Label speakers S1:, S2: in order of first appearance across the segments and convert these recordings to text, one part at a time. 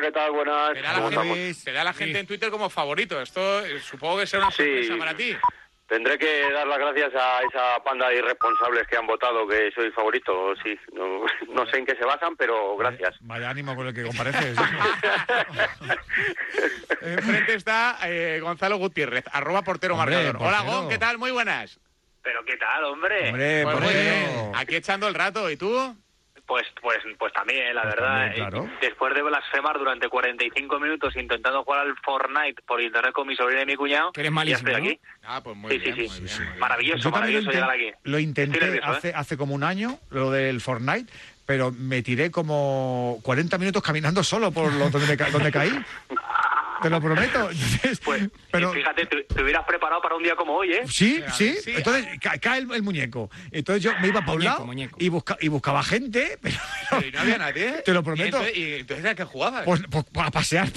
S1: ¿qué tal? Buenas.
S2: Te da
S1: ¿Cómo
S2: la gente,
S1: estamos?
S2: te da la gente en Twitter como favorito. Esto eh, supongo que será una
S1: Sí.
S2: sorpresa para ti.
S1: Tendré que dar las gracias a esa panda de irresponsables que han votado que soy favorito, sí. No, no sé en qué se basan, pero gracias.
S3: Vaya ánimo con el que compareces.
S2: Enfrente está eh, Gonzalo Gutiérrez, arroba portero
S3: Hombre,
S2: marcador. Hola,
S3: portero.
S2: Gon, ¿qué tal? Muy buenas.
S4: Pero qué tal, hombre.
S3: Hombre,
S2: Pues
S3: por
S2: muy
S3: eso.
S2: bien. Aquí echando el rato. ¿Y tú?
S4: Pues, pues, pues también, la
S3: Pues
S4: verdad.
S3: también, claro.
S4: eh, Después de blasfemar durante 45 minutos intentando jugar al Fortnite por internet con mi sobrina y mi cuñado,
S5: Que eres
S4: ya
S5: malísimo,
S4: estoy aquí.
S2: Ah, pues muy
S4: Sí, sí,
S2: bien.
S4: sí.
S2: muy bien, muy bien.
S4: Maravilloso,
S3: Yo también
S4: maravilloso
S3: lo,
S4: llegar
S3: inten-
S4: aquí.
S3: lo intenté
S4: Estoy nervioso, ¿eh?
S3: hace, hace como un año, lo del Fortnite, pero me tiré como 40 minutos caminando solo por lo donde, ca- donde caí. Te lo prometo. Entonces,
S4: Pues,
S3: pero,
S4: y fíjate, te, te hubieras preparado para un día como hoy, ¿eh?
S3: Sí,
S2: Claro,
S3: sí.
S2: sí.
S3: Entonces ca- cae el, el muñeco. Entonces yo me iba para un
S5: Muñeco,
S3: lado
S5: muñeco.
S3: Y, busca- y buscaba gente, pero,
S2: Pero ¿y no había
S1: ¿eh?
S2: nadie.
S3: Te lo
S2: ¿Eh? ¿Y
S3: prometo.
S2: entonces- ¿Y entonces a qué jugabas?
S3: pues, pues, este- a pasear.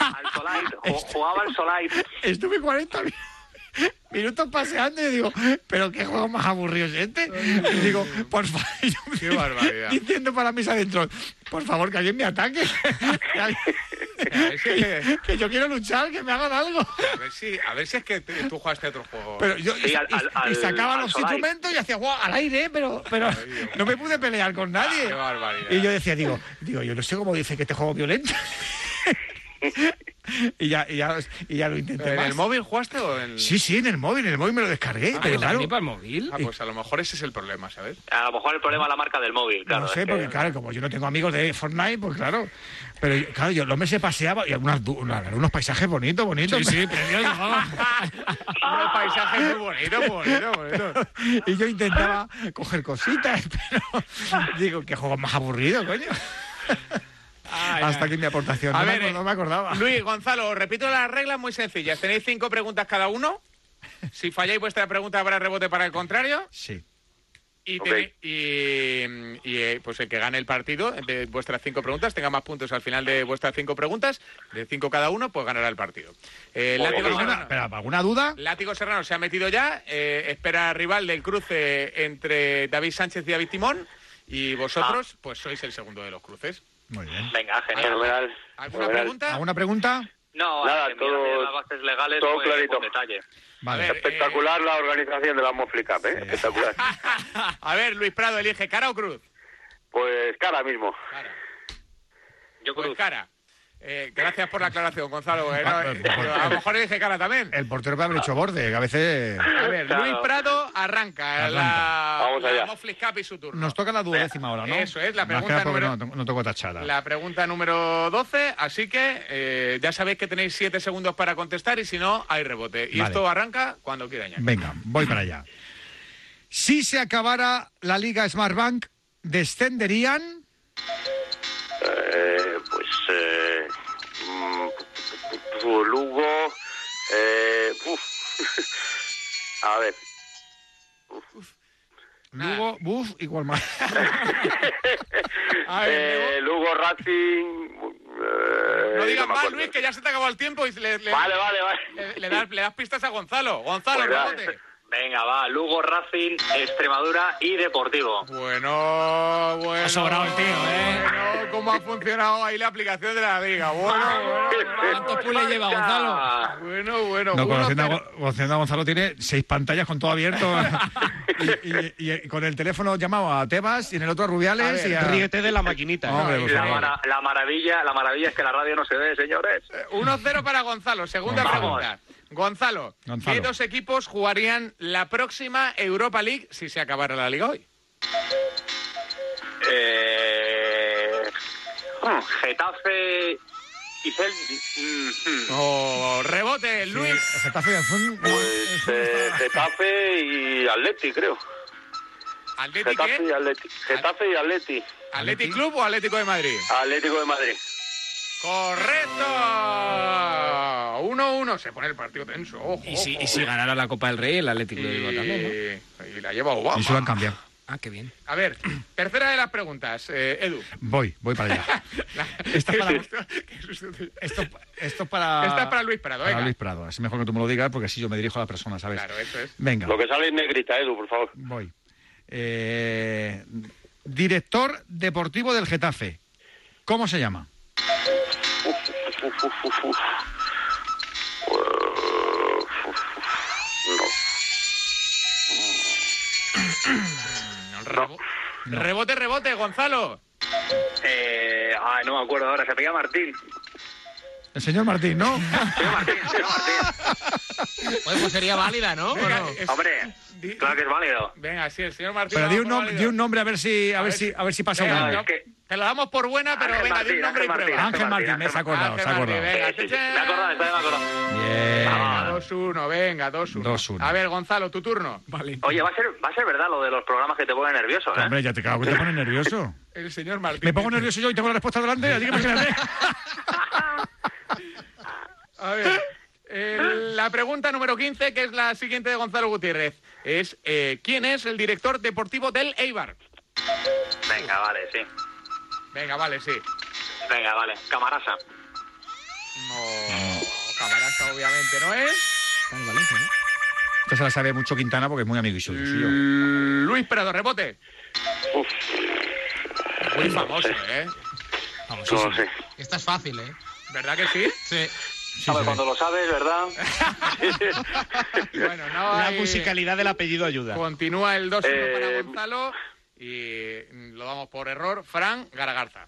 S4: Al Solite, ju- jugaba al Solite.
S3: Estuve 40 mi- minutos paseando y digo, pero qué juego más aburrido es este. Y digo, por favor, yo
S2: Qué
S3: me-
S2: barbaridad.
S3: diciendo para mis adentros, por favor, que alguien me ataque. Que, alguien-
S2: Es que-
S3: que yo quiero luchar, que me hagan algo.
S2: A ver si, a ver si es que te- tú jugaste a otro juego.
S3: Pero yo y-
S4: Sí, al-
S3: y-
S4: al-
S3: y sacaba
S4: al
S3: los
S4: Solai.
S3: instrumentos y hacía guau al aire, pero, pero no me pude pelear con nadie.
S2: Qué barbaridad.
S3: Y yo decía, digo, digo, yo no sé cómo dice que este juego es violento. y, ya, y, ya, y ya lo intenté.
S2: ¿En
S3: más.
S2: el móvil jugaste o en.?
S3: Sí, sí, en el móvil, en el móvil me lo descargué,
S5: Ah,
S3: pero
S5: que
S3: claro.
S5: también para el móvil.
S2: Ah, pues a lo mejor ese es el problema, ¿sabes?
S4: A lo mejor el problema es la marca del móvil, claro.
S3: no sé,
S4: es que-
S3: porque claro, como yo no tengo amigos de Fortnite, pues claro. Pero yo- claro, yo los meses paseaba y algunas, du- la verdad, unos paisajes bonitos, bonitos.
S5: Sí, sí, pero Dios, no.
S2: Un paisaje muy bonito, muy bonito, muy bonito.
S3: y yo intentaba coger cositas, pero digo, qué juego más aburrido, coño.
S5: Ay,
S3: Hasta
S5: ay.
S3: aquí mi aportación.
S2: A
S3: no,
S2: ver,
S3: me, acu-
S2: eh,
S3: no me acordaba.
S2: Luis, Gonzalo, os repito las reglas muy sencillas. Tenéis cinco preguntas cada uno. Si falláis vuestra pregunta habrá rebote para el contrario.
S3: Sí.
S2: Y,
S1: Ok.
S2: tenéis- y- y, eh, pues el que gane el partido de vuestras cinco preguntas, tenga más puntos al final de vuestras cinco preguntas, de cinco cada uno, pues ganará el partido. Eh,
S1: Ok.
S2: látigo,
S1: Pero
S3: ¿Alguna,
S2: Serrano,
S3: espera, ¿alguna duda?
S2: Látigo Serrano se ha metido ya. eh, espera rival del cruce entre David Sánchez y David Timón. Y vosotros,
S1: Ah.
S2: pues sois el segundo de los cruces.
S3: Muy bien.
S4: Venga, genial.
S1: Fenomenal.
S2: ¿Alguna
S1: fenomenal.
S2: pregunta?
S3: ¿Alguna pregunta?
S4: No,
S1: Nada,
S4: hay que mirar
S1: todo-
S4: bien las bases legales,
S1: todo
S4: pues,
S1: clarito.
S4: con detalle.
S3: Vale.
S2: A ver. eh,
S1: Espectacular la organización de la Moflicap, ¿eh? Espectacular.
S2: A ver, Luis Prado, elige cara o cruz.
S1: Pues cara mismo.
S2: Cara.
S4: Yo
S2: Pues
S4: cruz.
S2: cara. Eh, gracias por la aclaración, Gonzalo. eh, no,
S3: Ah,
S2: eh,
S3: por-
S2: pero a lo mejor elige cara también.
S3: El portero puede haber hecho borde, que a veces
S2: A ver,
S4: Claro.
S2: Luis Prado arranca, eh,
S3: Arranca.
S2: la,
S1: Vamos
S2: la
S1: allá.
S2: Moflis Cup y su turno.
S3: nos toca la duodécima ahora, ¿no?
S2: Eso es, la
S3: Más que
S2: pregunta
S3: nada porque
S2: número-
S3: No, no toco tachada.
S2: La pregunta número 12, así que eh, ya sabéis que tenéis 7 segundos para contestar y si no, hay rebote. Y
S3: Vale.
S2: esto arranca cuando quiera. Iñaki.
S3: Venga, voy para allá. Si se acabara la Liga Smartbank, descenderían.
S1: Eh, pues eh, mm, Lugo. Eh, uf. A ver,
S3: Lugo, Buf y Gualmar.
S2: A ver,
S1: eh, Lugo Racing. eh,
S2: Luis, no
S1: me
S2: digas más,
S1: acuerdo.
S2: Luis, que ya se te acabó el tiempo y le, le-
S1: Vale, vale, vale.
S2: le- le das, le das pistas a Gonzalo. Gonzalo,
S1: Pues ya.
S2: rebote.
S4: Venga, va. Lugo, Racing, Extremadura y Deportivo.
S2: Bueno, bueno.
S5: Ha sobrado el tío, ¿eh?
S2: Bueno, ¿cómo ha funcionado ahí la aplicación de la liga? Bueno,
S5: Ah, ¿Cuántos puzzles lleva Gonzalo?
S4: Ah,
S2: bueno, bueno.
S3: No,
S2: bueno.
S3: conociendo a, Go- conociendo a Gonzalo tiene seis pantallas con todo abierto. y, y- y con el teléfono llamado a Tebas y en el otro a Rubiales.
S2: A ver,
S3: y a...
S6: Ríete de la maquinita.
S3: No, hombre, por
S4: la,
S3: favor.
S4: mara- la maravilla, la maravilla es que la radio no se ve, señores.
S2: 1-0 para Gonzalo. Segunda
S4: Vamos.
S2: pregunta. Gonzalo,
S3: Gonzalo.
S2: ¿qué dos equipos jugarían la próxima Europa League si se acabara la liga hoy?
S4: Eh, hmm, Getafe y mm, Celta.
S2: Oh, rebote, Luis.
S3: Getafe y Alfon-
S1: Pues eh, Getafe y Atleti, creo.
S2: ¿Atleti
S1: Getafe y
S2: qué?
S1: Atleti. Getafe y Atleti.
S2: ¿Atleti Club o Atlético de Madrid?
S1: Atlético de Madrid.
S2: ¡Correcto! 1-1. Se pone el partido tenso. Ojo,
S5: Y si,
S2: ojo.
S5: y si ganara la Copa del Rey, el Atlético de Bilbao también, ¿no?
S2: Y- y la lleva Obama.
S3: Y se lo han cambiado.
S5: Ah, qué bien.
S2: A ver, tercera de las preguntas, eh, Edu.
S3: Voy, voy para allá.
S2: La-
S3: Esta es para-
S2: Qué susto, qué susto.
S3: Esto, esto es para.
S2: Esta es para Luis Prado,
S3: Para
S2: venga.
S3: Luis Prado. Es mejor que tú me lo digas porque así yo me dirijo a las personas, ¿sabes?
S2: Claro, eso es.
S3: Venga.
S1: Lo que sale es negrita, Edu, por favor.
S3: Voy. Eh, director deportivo del Getafe. ¿Cómo se llama?
S1: uf, uf, uf, uf, uf. Eh, uf, uf, uf. No.
S2: Rebo- Rebote, rebote, Gonzalo.
S4: Eh, ah, no me acuerdo ahora, se pega Martín.
S3: El señor Martín, ¿no?
S4: Se llama Martín, se llama Martín.
S5: Oye, pues sería válida, ¿no? ¿O no?
S2: Es-
S4: Hombre,
S2: di-
S4: claro que es válido.
S2: Venga, sí, el señor Martín.
S3: Pero
S2: lo
S3: di
S2: da
S3: un,
S2: por
S3: nom-
S2: válido.
S3: di un nombre a ver si, a ver si, a ver si pasa
S2: Venga,
S3: una
S4: no,
S3: vez.
S2: no,
S4: es que-
S2: Te lo damos por buena, pero
S4: Ángel
S2: venga, di
S4: Martín,
S2: un nombre y
S4: Ángel Martín,
S2: prueba.
S3: Ángel Martín, me se ha acordado, se ha
S2: Ángel
S3: acordado.
S2: Martín, venga,
S4: Eh, sí, sí.
S2: cha, cha.
S4: Me acordado, está me acordado.
S3: Bien.
S2: Venga, 2-1, venga, 2-1.
S3: 2-1.
S2: A ver, Gonzalo, tu turno.
S4: Oye, va a ser, va a ser verdad lo de los programas que te ponen nervioso, ¿eh?
S3: Hombre, ya te cago, que te pones nervioso.
S2: El señor Martín.
S3: Me pongo nervioso yo y tengo la respuesta delante, así que imagínate.
S2: A ver. eh, la pregunta número 15, que es la siguiente de Gonzalo Gutiérrez, es eh, ¿quién es el director deportivo del Eibar?
S4: Venga, vale, sí.
S2: Venga, vale, sí.
S4: Venga, vale. Camarasa.
S2: No, Camarasa obviamente no es.
S5: Está en Valencia, ¿no?
S3: Esta se la sabe mucho Quintana porque es muy amigo y suyo. suyo.
S2: Mm, Luis Prado, rebote.
S1: Uf,
S2: Muy famoso, ¿eh?
S5: Vamos,
S1: no lo sé.
S5: Esta es fácil, ¿eh?
S2: ¿Verdad que sí?
S5: Sí.
S4: Sabes cuando lo sabes, ¿verdad?
S2: Bueno, no
S6: La
S2: hay-
S6: musicalidad del apellido ayuda.
S2: Continúa el 2-1 para
S1: Eh,
S2: Gonzalo y mm, lo damos por error. Fran Garagarza.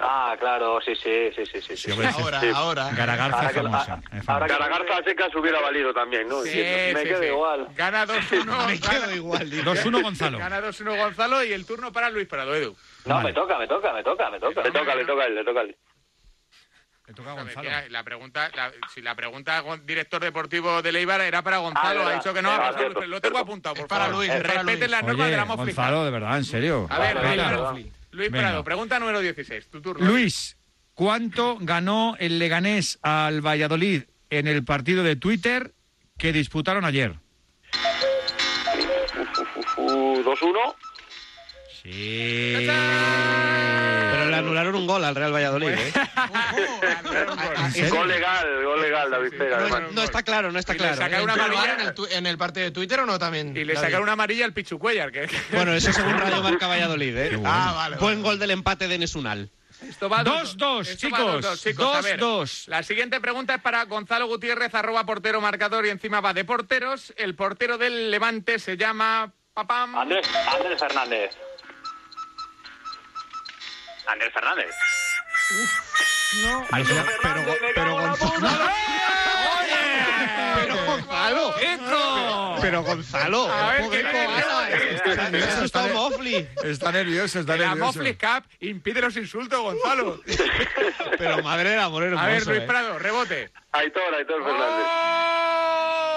S4: Ah, claro, sí, sí, sí, sí, sí.
S3: Sí,
S4: sí.
S3: hombre, sí.
S1: Sí.
S3: Garagarza
S4: Ahora
S3: es
S4: que lo-
S3: famosa.
S4: ah,
S3: es
S4: ahora
S3: famosa.
S4: que-
S1: Garagarza secas hubiera valido también, ¿no? Entiendo. me
S2: sí,
S1: quedo
S2: sí.
S1: igual.
S2: Gana 2-1.
S6: Me quedo
S2: gana-
S6: igual, digo.
S3: 2-1 Gonzalo.
S2: Gana 2-1 Gonzalo y el turno para Luis Prado, Edu.
S4: No,
S3: Vale.
S4: me toca, me toca, me toca, me toca.
S1: Le toca, le toca a él, le toca a él.
S3: Le toca a
S2: Sabe
S3: Gonzalo.
S2: que La pregunta, la- si la pregunta Gon- director deportivo de Leibar era para Gonzalo, ha
S4: verdad.
S2: dicho que no,
S4: Ah,
S2: ha pasado,
S4: cierto,
S2: pero lo tengo
S1: cierto.
S2: apuntado, por
S5: para
S2: favor.
S5: Luis, es para
S2: Respeten
S5: Luis.
S2: las normas de
S3: Oye,
S2: la moflica.
S3: Gonzalo, de verdad, en serio.
S2: A
S4: Vale,
S2: ver, Luis,
S4: vale,
S2: Prado,
S4: vale.
S2: Luis
S3: Venga.
S2: Prado, pregunta número 16, tu turno.
S3: Luis, ¿cuánto ganó el Leganés al Valladolid en el partido de Twitter que disputaron ayer?
S1: Uh, 2-1.
S3: Sí.
S6: Pero le anularon un gol al Real Valladolid. ¿eh?
S3: ¿En serio?
S1: Gol legal, gol legal, David
S2: Sí, sí,
S1: Pérez,
S2: sí.
S1: además.
S6: No, no está claro, no está
S2: Y le
S6: claro.
S2: sacaron
S6: ¿eh?
S2: una amarilla en el
S5: partido de Twitter o no también?
S2: Y le sacaron una amarilla al Pichucuellar, que
S6: Bueno, eso según Radio Marca Valladolid. ¿eh?
S3: Qué bueno.
S5: Ah, vale.
S6: Buen gol del empate de Nesunal.
S2: Esto va
S3: Dos, dos,
S2: Esto
S3: chicos.
S2: va dos, chicos. A
S3: Dos,
S2: ver,
S3: dos.
S2: La siguiente pregunta es para Gonzalo Gutiérrez, arroba portero marcador y encima va de porteros. El portero del Levante se llama Papam.
S4: Andrés, Andrés Fernández. Andrés Fernández.
S3: Ahí se la-
S6: Pero, pero, Gonzalo, pero Gonzalo. Pero Gonzalo.
S2: A ver, eh,
S6: Joder,
S2: qué
S6: con-
S2: cobarde.
S6: Está nervioso, está Mofli.
S3: Está nervioso, está
S2: La
S3: nervioso.
S2: Moflis Cup impide los insultos, Gonzalo.
S6: Pero madre del amor hermoso.
S2: A ver, Luis
S6: ¿eh?
S2: Prado, rebote.
S1: Aitor, Aitor Fernández.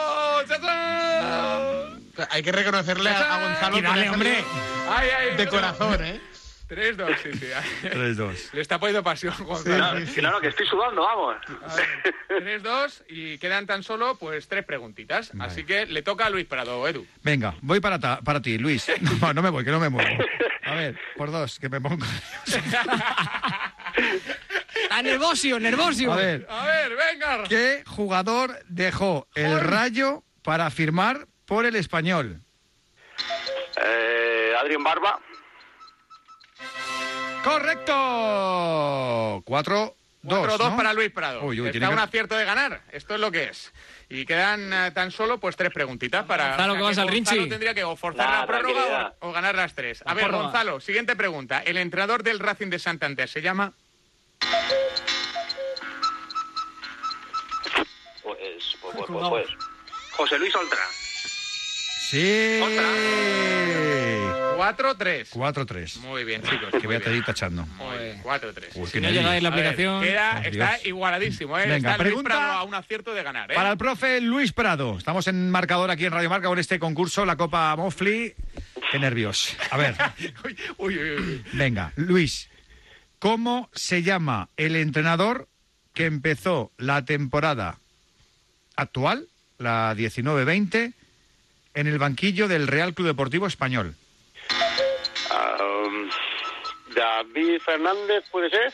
S2: ¡Oh! ¡Chachán!
S5: Hay que reconocerle
S2: a- a Gonzalo
S5: Y dale, hombre.
S2: ¡Ay, ay!
S5: De corazón, ¿eh?
S2: 3-2, sí, sí.
S3: 3-2.
S2: Le está poniendo pasión, Gonzalo.
S4: No, no, que estoy sudando, vamos.
S2: A ver, 3-2 y quedan tan solo pues tres preguntitas. Así que le toca a Luis Prado, Edu.
S3: Venga, voy para, ta- para ti, Luis. No, no me voy, que no me muevo. A ver, por dos, que me pongo.
S5: A nervosio, nervosio.
S3: A ver,
S2: A ver, venga.
S3: ¿qué jugador dejó el rayo para firmar por el español?
S1: Eh, Adrián Barba.
S3: ¡Correcto! Cuatro, dos.
S2: 4-2
S3: ¿no?
S2: para Luis Prado.
S3: Uy, uy,
S2: Está
S3: tiene que-
S2: un acierto de ganar. Esto es lo que es. Y quedan eh, tan solo pues tres preguntitas para.
S5: Gonzalo, que vas al
S2: Gonzalo
S5: Rinchi.
S2: tendría que o forzar
S4: Nah,
S2: la prórroga
S4: tranquilidad.
S2: o, o ganar las tres. A
S5: La
S2: ver,
S5: prórroga.
S2: Gonzalo, siguiente pregunta. El entrenador del Racing de Santander se llama.
S4: Pues, pues, pues, pues, pues. José Luis Oltra.
S3: Sí.
S2: ¡4-3!
S3: 4-3.
S2: Muy bien, chicos.
S3: Que voy a tener tachando.
S2: Muy bien,
S5: Joder.
S2: 4-3.
S3: Uy,
S5: Si
S3: qué
S5: no
S3: nervios.
S5: llegáis la
S2: A ver,
S5: aplicación.
S2: queda-
S3: Por
S2: está
S3: Dios.
S2: igualadísimo, ¿eh?
S3: Venga,
S2: está Luis
S3: pregunta
S2: Prado a un acierto de ganar, ¿eh?
S3: Para el profe Luis Prado. Estamos en marcador aquí en Radio Marca con este concurso, la Copa Mofli. Qué nervios. A ver,
S2: Uy, uy, uy, uy.
S3: venga, Luis. ¿Cómo se llama el entrenador que empezó la temporada actual, la 19-20, en el banquillo del Real Club Deportivo Español?
S1: Ah, um, David Fernández, ¿puede ser?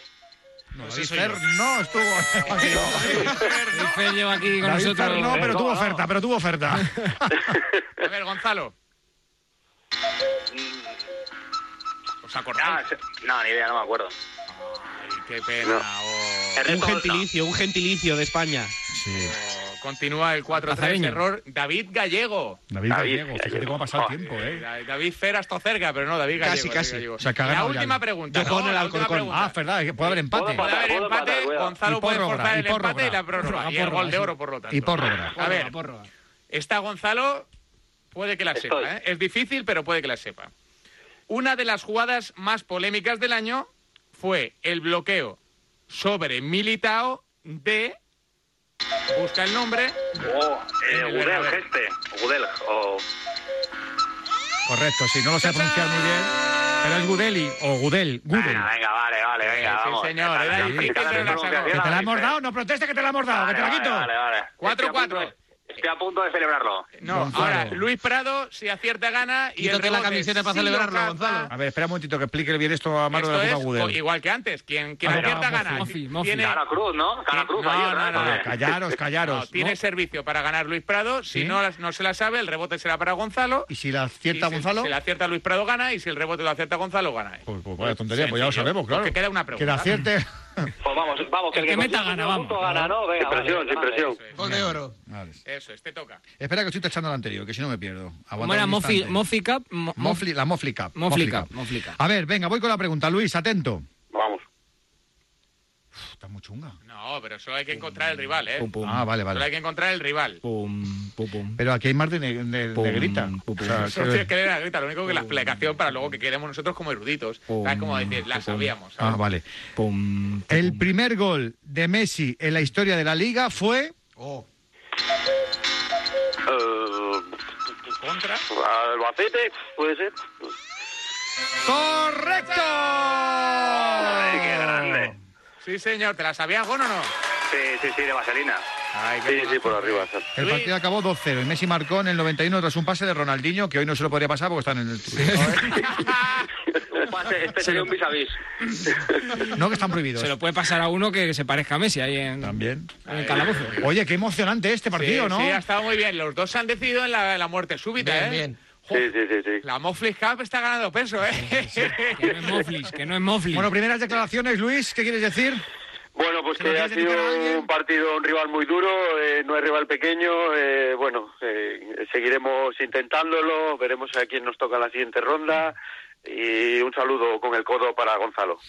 S3: No,
S6: Pues
S3: David
S6: eso yo.
S3: Fer no estuvo.
S5: El Fer
S4: Este,
S5: lleva aquí con
S3: David Fer
S5: nosotros.
S3: no, pero tuvo
S4: No, no.
S3: oferta, pero tuvo oferta.
S2: A ver, Gonzalo. ¿Os
S4: Ah,
S2: acordáis?
S4: se- no, ni idea, no me acuerdo.
S2: Ay, qué pena. oh.
S6: Un
S4: Ernesto Bolsa.
S6: gentilicio, un gentilicio de España.
S3: Sí.
S2: Continúa el 4-3,
S5: Azareño.
S2: error. David Gallego.
S3: David
S1: David
S3: Gallego, fíjate
S1: Gallego.
S3: cómo ha pasado el
S1: Joder.
S3: tiempo, ¿eh?
S2: Da- David Cera está cerca, pero no, David Gallego.
S6: Casi,
S2: David
S6: casi.
S2: Gallego.
S3: O sea, que ha
S2: la
S3: ganado
S2: última
S3: ya.
S2: pregunta.
S6: Yo con
S2: no,
S6: el
S2: la última
S6: Alcorcón.
S2: pregunta.
S3: Ah, es verdad, que puede haber empate.
S1: Puedo
S2: Puede haber
S1: Puedo
S2: empate,
S1: empatar, cuidado.
S2: Gonzalo
S3: Y
S2: puede
S3: prórroga,
S2: forzar
S3: y
S2: el empate
S3: prórroga.
S2: y la prórroga.
S3: Prórroga,
S2: Y el
S3: prórroga,
S2: gol de
S3: sí.
S2: oro, por lo tanto.
S3: Y prórroga.
S2: A ver, Esta Gonzalo puede que la
S1: Estoy.
S2: sepa. ¿eh? Es difícil, pero puede que la sepa. Una de las jugadas más polémicas del año fue el bloqueo sobre Militao de. Busca el nombre.
S1: Oh, eh,
S2: El
S1: Gudel,
S2: Bernabéu.
S1: este. Gudel, o
S4: Oh,
S3: Correcto, sí, no lo sé pronunciar muy bien, pero es Gudeli o Gudel, Gudel.
S4: Venga, venga, vale, vale, venga,
S2: Sí, sí,
S4: vamos.
S2: señor, eh.
S4: Ya está,
S2: era
S4: ya
S2: difícil,
S4: está,
S2: pero
S4: la
S2: la sacó.
S4: pronunciación
S3: Que te la
S4: la
S3: hemos
S4: dice.
S3: dado, no protestes que te la hemos dado, que te la
S4: Vale,
S3: quito.
S4: vale, vale.
S2: Cuatro,
S4: Estoy a punto
S2: cuatro.
S4: de- Estoy a punto de celebrarlo.
S2: No,
S3: Gonzalo.
S2: ahora Luis Prado, si acierta, gana. Y el
S5: Quítate la
S2: rebote,
S5: camiseta para
S2: si lo
S5: celebrarlo,
S2: capta-
S5: Gonzalo.
S3: A ver, espera un momentito que explique bien esto a mano de
S2: Esto
S3: la
S2: es,
S3: puta
S2: o-
S3: Gudel.
S2: igual que antes. Quien, quien
S3: Ah,
S2: acierta,
S3: Mofi.
S2: gana.
S5: Mofi, Mofi.
S2: Tiene-
S4: Cara Cruz, ¿no? Cara Cruz,
S2: No,
S4: ayer,
S2: no, no,
S4: Vale.
S2: no.
S3: Callaros,
S2: no,
S3: callaros.
S2: tiene
S3: ¿no?
S2: servicio para ganar Luis Prado. Si
S3: Sí.
S2: no, las- no se la sabe, el rebote será para Gonzalo.
S3: ¿Y si la acierta
S2: Y si-
S3: Gonzalo?
S2: Si la acierta Luis Prado gana y si el rebote lo acierta Gonzalo gana. eh.
S3: Pues, pues vaya tontería, pues ya lo
S2: Sencillo.
S3: sabemos, claro.
S2: Porque queda una
S3: Que la
S2: pregunta.
S3: acierte.
S4: Pues vamos, vamos, que el
S5: El que
S4: que
S5: meta
S4: consiga
S5: gana,
S4: un punto
S5: vamos.
S4: gana, ¿no? Venga,
S1: Sin
S4: vale,
S1: presión, sin
S4: vale.
S1: presión.
S5: Gol de oro.
S3: Vale.
S2: Eso es, te toca.
S3: Espera que estoy tachando la anterior, que si no me pierdo.
S5: ¿Cómo
S3: Aguanta
S5: era?
S3: un
S5: Mofi,
S3: instante.
S5: Mofi Cup. Mo-
S3: Mofli- la Mofli Cup.
S5: Mofli
S3: Mofli
S5: Cup,
S3: Cup.
S5: Mofli Cup.
S3: A ver, venga, voy con la pregunta. Luis, atento.
S1: vamos.
S3: Uf, está muy chunga.
S2: No, pero solo hay que encontrar el rival, ¿eh?
S5: Pum, pum.
S3: Ah, vale,
S2: Solo hay
S3: vale.
S2: que encontrar el rival.
S5: Pum, pum, pum.
S3: Pero aquí hay más de, ne- de-
S5: Pum,
S3: negrita.
S5: pum, pum.
S3: O sea,
S2: Eso
S3: que-
S2: tiene que leer la grita, lo único que la explicación para luego que queremos nosotros como eruditos.
S5: Pum,
S2: ¿Sabes cómo decir? La
S5: pum.
S2: sabíamos. ¿sabes?
S3: Ah, vale.
S5: Pum.
S3: El primer gol de Messi en la historia de la liga fue.
S1: Eh,
S2: Contra.
S1: Albacete, puede ser.
S3: ¡Correcto!
S1: Ay, qué grande.
S2: Sí, señor. ¿Te la sabías, Gon, o no?
S1: Sí, sí, sí, de vaselina.
S2: Ay, qué
S1: Sí, sí,
S2: golazo.
S1: por arriba. sí.
S3: El partido acabó 2-0 y Messi marcó en el 91 tras un pase de Ronaldinho, que hoy no se lo podría pasar porque están en el.
S4: Un pase, este sería un vis a vis.
S3: No, que están prohibidos.
S5: Se lo puede pasar a uno que se parezca a Messi ahí en, en
S3: También.
S5: el calabozo.
S3: Oye, qué emocionante este partido,
S2: sí,
S3: ¿no?
S2: sí, ha estado muy bien. Los dos se han decidido en la, la muerte súbita, ¿eh? Jo,
S1: Sí, sí, sí, sí.
S2: La Mofli Cup está ganando peso, ¿eh?
S5: Que no es Moflis, que no es Moflis.
S3: Bueno, primeras declaraciones, Luis, ¿qué quieres decir?
S1: Bueno, pues
S3: ¿Se lo
S1: que ha
S3: quieres dedicar a alguien?
S1: sido un partido, un rival muy duro, eh, no es rival pequeño. eh, bueno, eh, seguiremos intentándolo, veremos a quién nos toca en la siguiente ronda. Y un saludo con el codo para Gonzalo.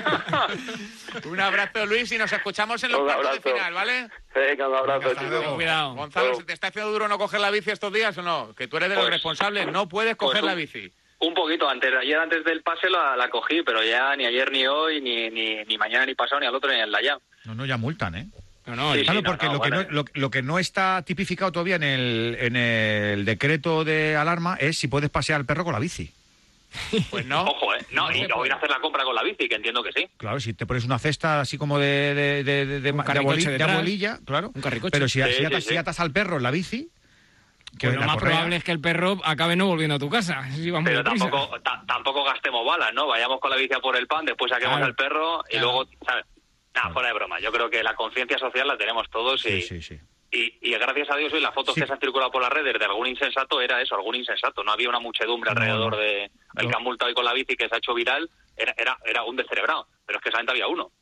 S2: Un abrazo, Luis, y nos escuchamos en los
S1: Un
S2: cuartos de
S1: abrazo.
S2: final, ¿vale?
S1: Venga, un abrazo,
S3: Hasta
S1: chicos.
S3: luego.
S5: Cuidado.
S2: Gonzalo, ¿se te está haciendo duro no coger la bici estos días o no? Que tú eres de los
S4: Pues-
S2: responsables, no puedes coger
S4: pues un-
S2: la bici.
S4: Un poquito antes, ayer antes del pase la, la cogí, pero ya ni ayer ni hoy, ni, ni, ni mañana ni pasado, ni al otro ni al de allá.
S3: No, no, ya multan, ¿eh?
S5: No, no,
S4: Sí,
S5: el-
S4: sí.
S3: Claro,
S4: no,
S3: porque
S4: no,
S3: lo, que no,
S4: vale.
S3: lo, lo que no está tipificado todavía en el, en el decreto de alarma es si puedes pasear al perro con la bici.
S2: Pues no.
S4: Ojo, ¿eh? No, y
S2: se
S4: o
S2: puede.
S4: ir a hacer la compra con la bici, que entiendo que sí.
S3: Claro, si te pones una cesta así como de, de, de, de- de- de
S5: carricoche
S3: aboli- de
S5: detrás.
S3: abuelilla, claro.
S5: Un carricoche.
S3: Pero si,
S4: Sí,
S3: si atas,
S4: sí,
S3: si
S4: sí.
S3: atas al perro en la bici, que
S5: pues lo
S3: la
S5: más
S3: correa-
S5: probable es que el perro acabe no volviendo a tu casa. Si vas muy
S4: Pero
S5: deprisa.
S4: tampoco, ta- tampoco gastemos balas, ¿no? Vayamos con la bici a por el pan, después saquemos
S5: Claro.
S4: al perro y
S5: Claro.
S4: luego, ¿sabes? Nada, fuera de broma. Yo creo que la conciencia social la tenemos todos
S3: Sí,
S4: y,
S3: sí, sí.
S4: y, y gracias a Dios hoy las fotos
S3: Sí.
S4: que se han circulado por las redes de algún insensato era eso, algún insensato. No había una muchedumbre
S3: No,
S4: alrededor
S3: no.
S4: de el
S3: No.
S4: que han multado hoy con la bici que se ha hecho viral. Era, era, era un descerebrado, pero es que solamente había uno.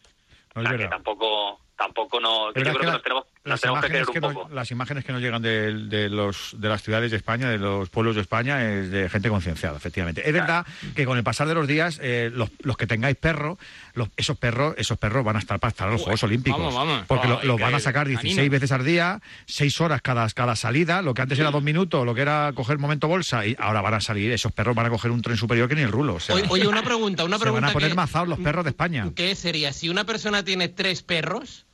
S3: No,
S4: o
S3: es
S4: sea, que
S3: verdad.
S4: tampoco, tampoco no...
S3: Es
S4: Yo creo
S3: verdad
S4: que
S3: que
S4: nos tenemos, nos
S3: las,
S4: tenemos que
S3: imágenes
S4: creer
S3: que
S4: un
S3: nos-
S4: poco.
S3: las imágenes que nos llegan de, de los, de las ciudades de España, de los pueblos de España, es de gente concienciada, efectivamente. Es verdad que con el pasar de los días, eh, los, los que tengáis perros, los- esos perros esos perros van a estar para estar en los Juegos Olímpicos.
S5: vamos, vamos.
S3: Porque
S2: Oh,
S3: lo- los van
S2: increíble.
S3: a sacar 16
S5: Canino.
S3: veces al día, 6 horas cada, cada salida, lo que antes era dos minutos, lo que era coger momento bolsa, y ahora van a salir, esos perros van a coger un tren superior que ni el rulo. o sea,
S7: Oye, oye, una pregunta, una
S3: se
S7: pregunta.
S3: van a poner
S7: que-
S3: mazados los perros de España.
S7: ¿Qué sería? Si una persona tiene tres perros,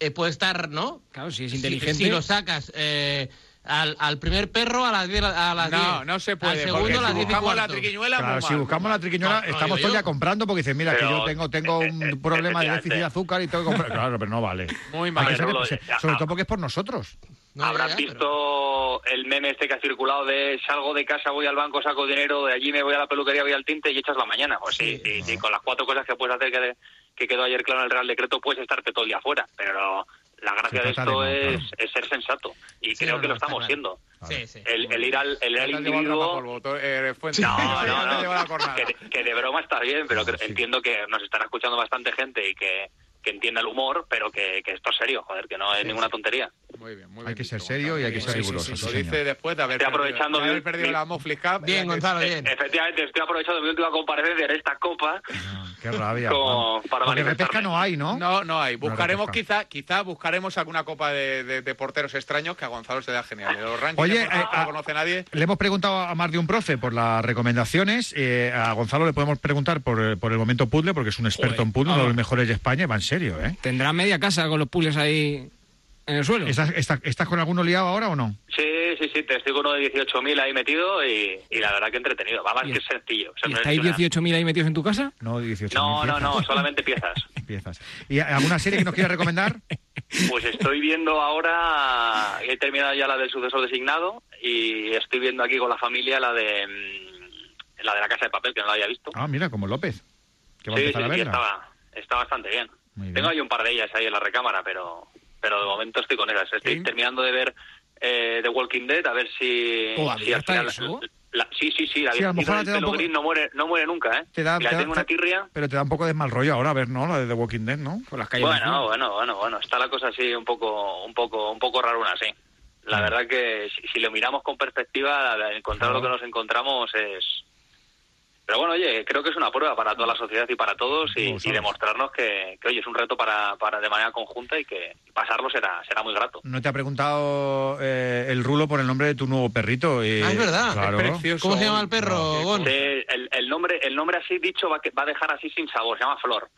S7: eh, puede estar, ¿no?
S5: Claro, si es
S7: Si-
S5: inteligente.
S7: Si, lo sacas eh, al, al primer perro a las 10. A las
S2: No,
S7: 10,
S2: no se
S7: Al
S2: puede, porque
S7: segundo a
S2: si
S7: las 10 y
S2: buscamos la
S7: cuarto.
S2: triquiñuela...
S3: Claro,
S2: muy
S3: si
S2: mal.
S3: buscamos la triquiñola,
S7: No, no,
S3: estamos
S7: yo-
S3: todos ya
S7: yo-
S3: comprando porque dicen, mira, que
S4: Pero-
S3: yo tengo, tengo un
S4: eh, eh,
S3: problema de déficit de
S4: efectivamente.
S3: azúcar y tengo que comprar. Claro, pero no vale.
S2: Muy
S3: Hay
S2: mal.
S3: que ser
S4: Rulo,
S3: respons-
S4: ya-
S3: sobre
S4: ah.
S3: todo porque es por nosotros.
S7: No,
S4: Habrás
S7: ya, ya,
S4: visto
S7: pero-
S4: el meme este que ha circulado de salgo de casa, voy al banco, saco dinero, de allí me voy a la peluquería, voy al tinte y echas la mañana. Pues sí, sí, sí, con las cuatro cosas que puedes hacer que, de- que quedó ayer claro en el Real Decreto, puedes estarte todo el día fuera. Pero la gracia
S3: Se
S4: de
S3: trata
S4: esto
S3: de no,
S4: es,
S3: claro.
S4: es ser sensato. Y
S7: pues Sí,
S4: creo
S7: no, no,
S4: que lo
S7: está claro.
S4: estamos siendo.
S7: Sí, sí.
S4: El, el ir al, el ir al
S2: Te has llevado el
S4: individuo...
S2: rapapolvo, to- eh, Fuente.
S4: No,
S2: Te
S4: no,
S2: has
S4: no.
S2: llevado la cornada.
S4: Que de, que de broma está bien, pero
S3: No,
S4: que-
S3: sí.
S4: entiendo que nos estará escuchando bastante gente y que que entienda el humor, pero que, que esto es serio, joder, que no es ninguna tontería.
S2: Muy bien, muy bien.
S3: Hay que ser
S2: visto,
S3: serio y hay que
S2: Gonzalo.
S3: ser
S5: Sí, sí,
S3: riguroso.
S5: sí,
S3: sí,
S2: Lo
S3: señor.
S2: dice después de haber
S4: Estoy
S2: perdido,
S4: aprovechando
S2: de haber
S4: mi-
S2: perdido
S4: mi-
S2: la Moflis Cup.
S7: Bien,
S2: Ya que-
S7: Gonzalo, bien.
S4: Efectivamente, estoy aprovechando mi última comparecencia en esta copa.
S3: Ah, Qué rabia.
S4: Como
S3: Juan.
S4: para
S3: Porque repesca
S4: manifestarme.
S3: no hay, ¿no?
S2: No, no hay.
S3: No
S2: Buscaremos,
S3: repesca.
S2: quizá, quizá buscaremos alguna copa de, de- de porteros extraños que a Gonzalo se da genial. De los rankings
S3: Oye,
S2: que por
S3: eh,
S2: cierto
S3: ah,
S2: no conoce nadie.
S3: Le hemos preguntado a más de un profe por las recomendaciones. eh, a Gonzalo le podemos preguntar por, eh, por el momento puzzle, porque es un experto
S5: Joder,
S3: en puzzle, uno
S5: ahora.
S3: de los mejores de España. y Va en serio, ¿eh?
S5: Tendrá media casa con los puzzles ahí en el suelo.
S3: ¿Estás, estás, estás con alguno liado ahora o no?
S4: Sí, sí, sí, te estoy con uno de 18.000 ahí metido y, y la verdad que entretenido. Va, más
S5: Y-
S4: que sencillo. O sea,
S5: ¿Y
S4: no es
S5: estáis
S4: una-
S5: 18.000 ahí metidos en tu casa?
S3: No, 18.
S4: No, no, no, solamente piezas.
S3: Empiezas. ¿Y alguna serie que nos quieras recomendar?
S4: Pues estoy viendo ahora, he terminado ya la del sucesor designado y estoy viendo aquí con la familia la de mm, la de la casa de papel que no la había visto.
S3: Ah, mira, como López. Que va a
S4: sí, sí,
S3: empezar a
S4: sí,
S3: verla.
S4: estaba, está bastante bien.
S3: Muy bien.
S4: Tengo ahí un par de ellas ahí en la recámara, pero pero de momento estoy con esas. Estoy
S2: Sí.
S4: terminando de ver eh, The Walking Dead a ver si,
S5: ¿Todavía
S4: si al
S5: está
S4: final-
S5: eso?
S4: la- sí, sí, sí, la
S3: Oh, Sí,
S4: vida
S3: a lo mejor
S4: del
S3: te da un
S4: pelo
S3: poco-
S4: gris no muere no muere nunca, ¿eh?
S3: Te da-
S4: Y la
S3: te da-
S4: tengo una
S3: te-
S4: tirria.
S3: Pero te da un poco de mal rollo ahora, a ver, ¿no? La de The Walking Dead, ¿no?
S5: Por las calles.
S4: Bueno, bueno, bueno, bueno, está la cosa así un poco, un poco, un poco raruna, sí. La verdad que si, si lo miramos con perspectiva, la- la- encontrar lo que nos encontramos es. Pero bueno, oye, creo que es una prueba para toda la sociedad y para todos y,
S3: Como
S4: y
S3: sabes.
S4: demostrarnos que, que, oye, es un reto para, para de manera conjunta y que pasarlo será, será muy grato.
S3: No te ha preguntado eh, el rulo por el nombre de tu nuevo perrito. eh,
S7: Ah, es verdad.
S3: Claro.
S2: Es precioso.
S7: ¿Cómo se llama el perro,
S2: Qué
S7: Gon?
S4: Sí, Eh, el, el nombre, el nombre así dicho va, que- va a dejar así sin sabor, se llama Flor.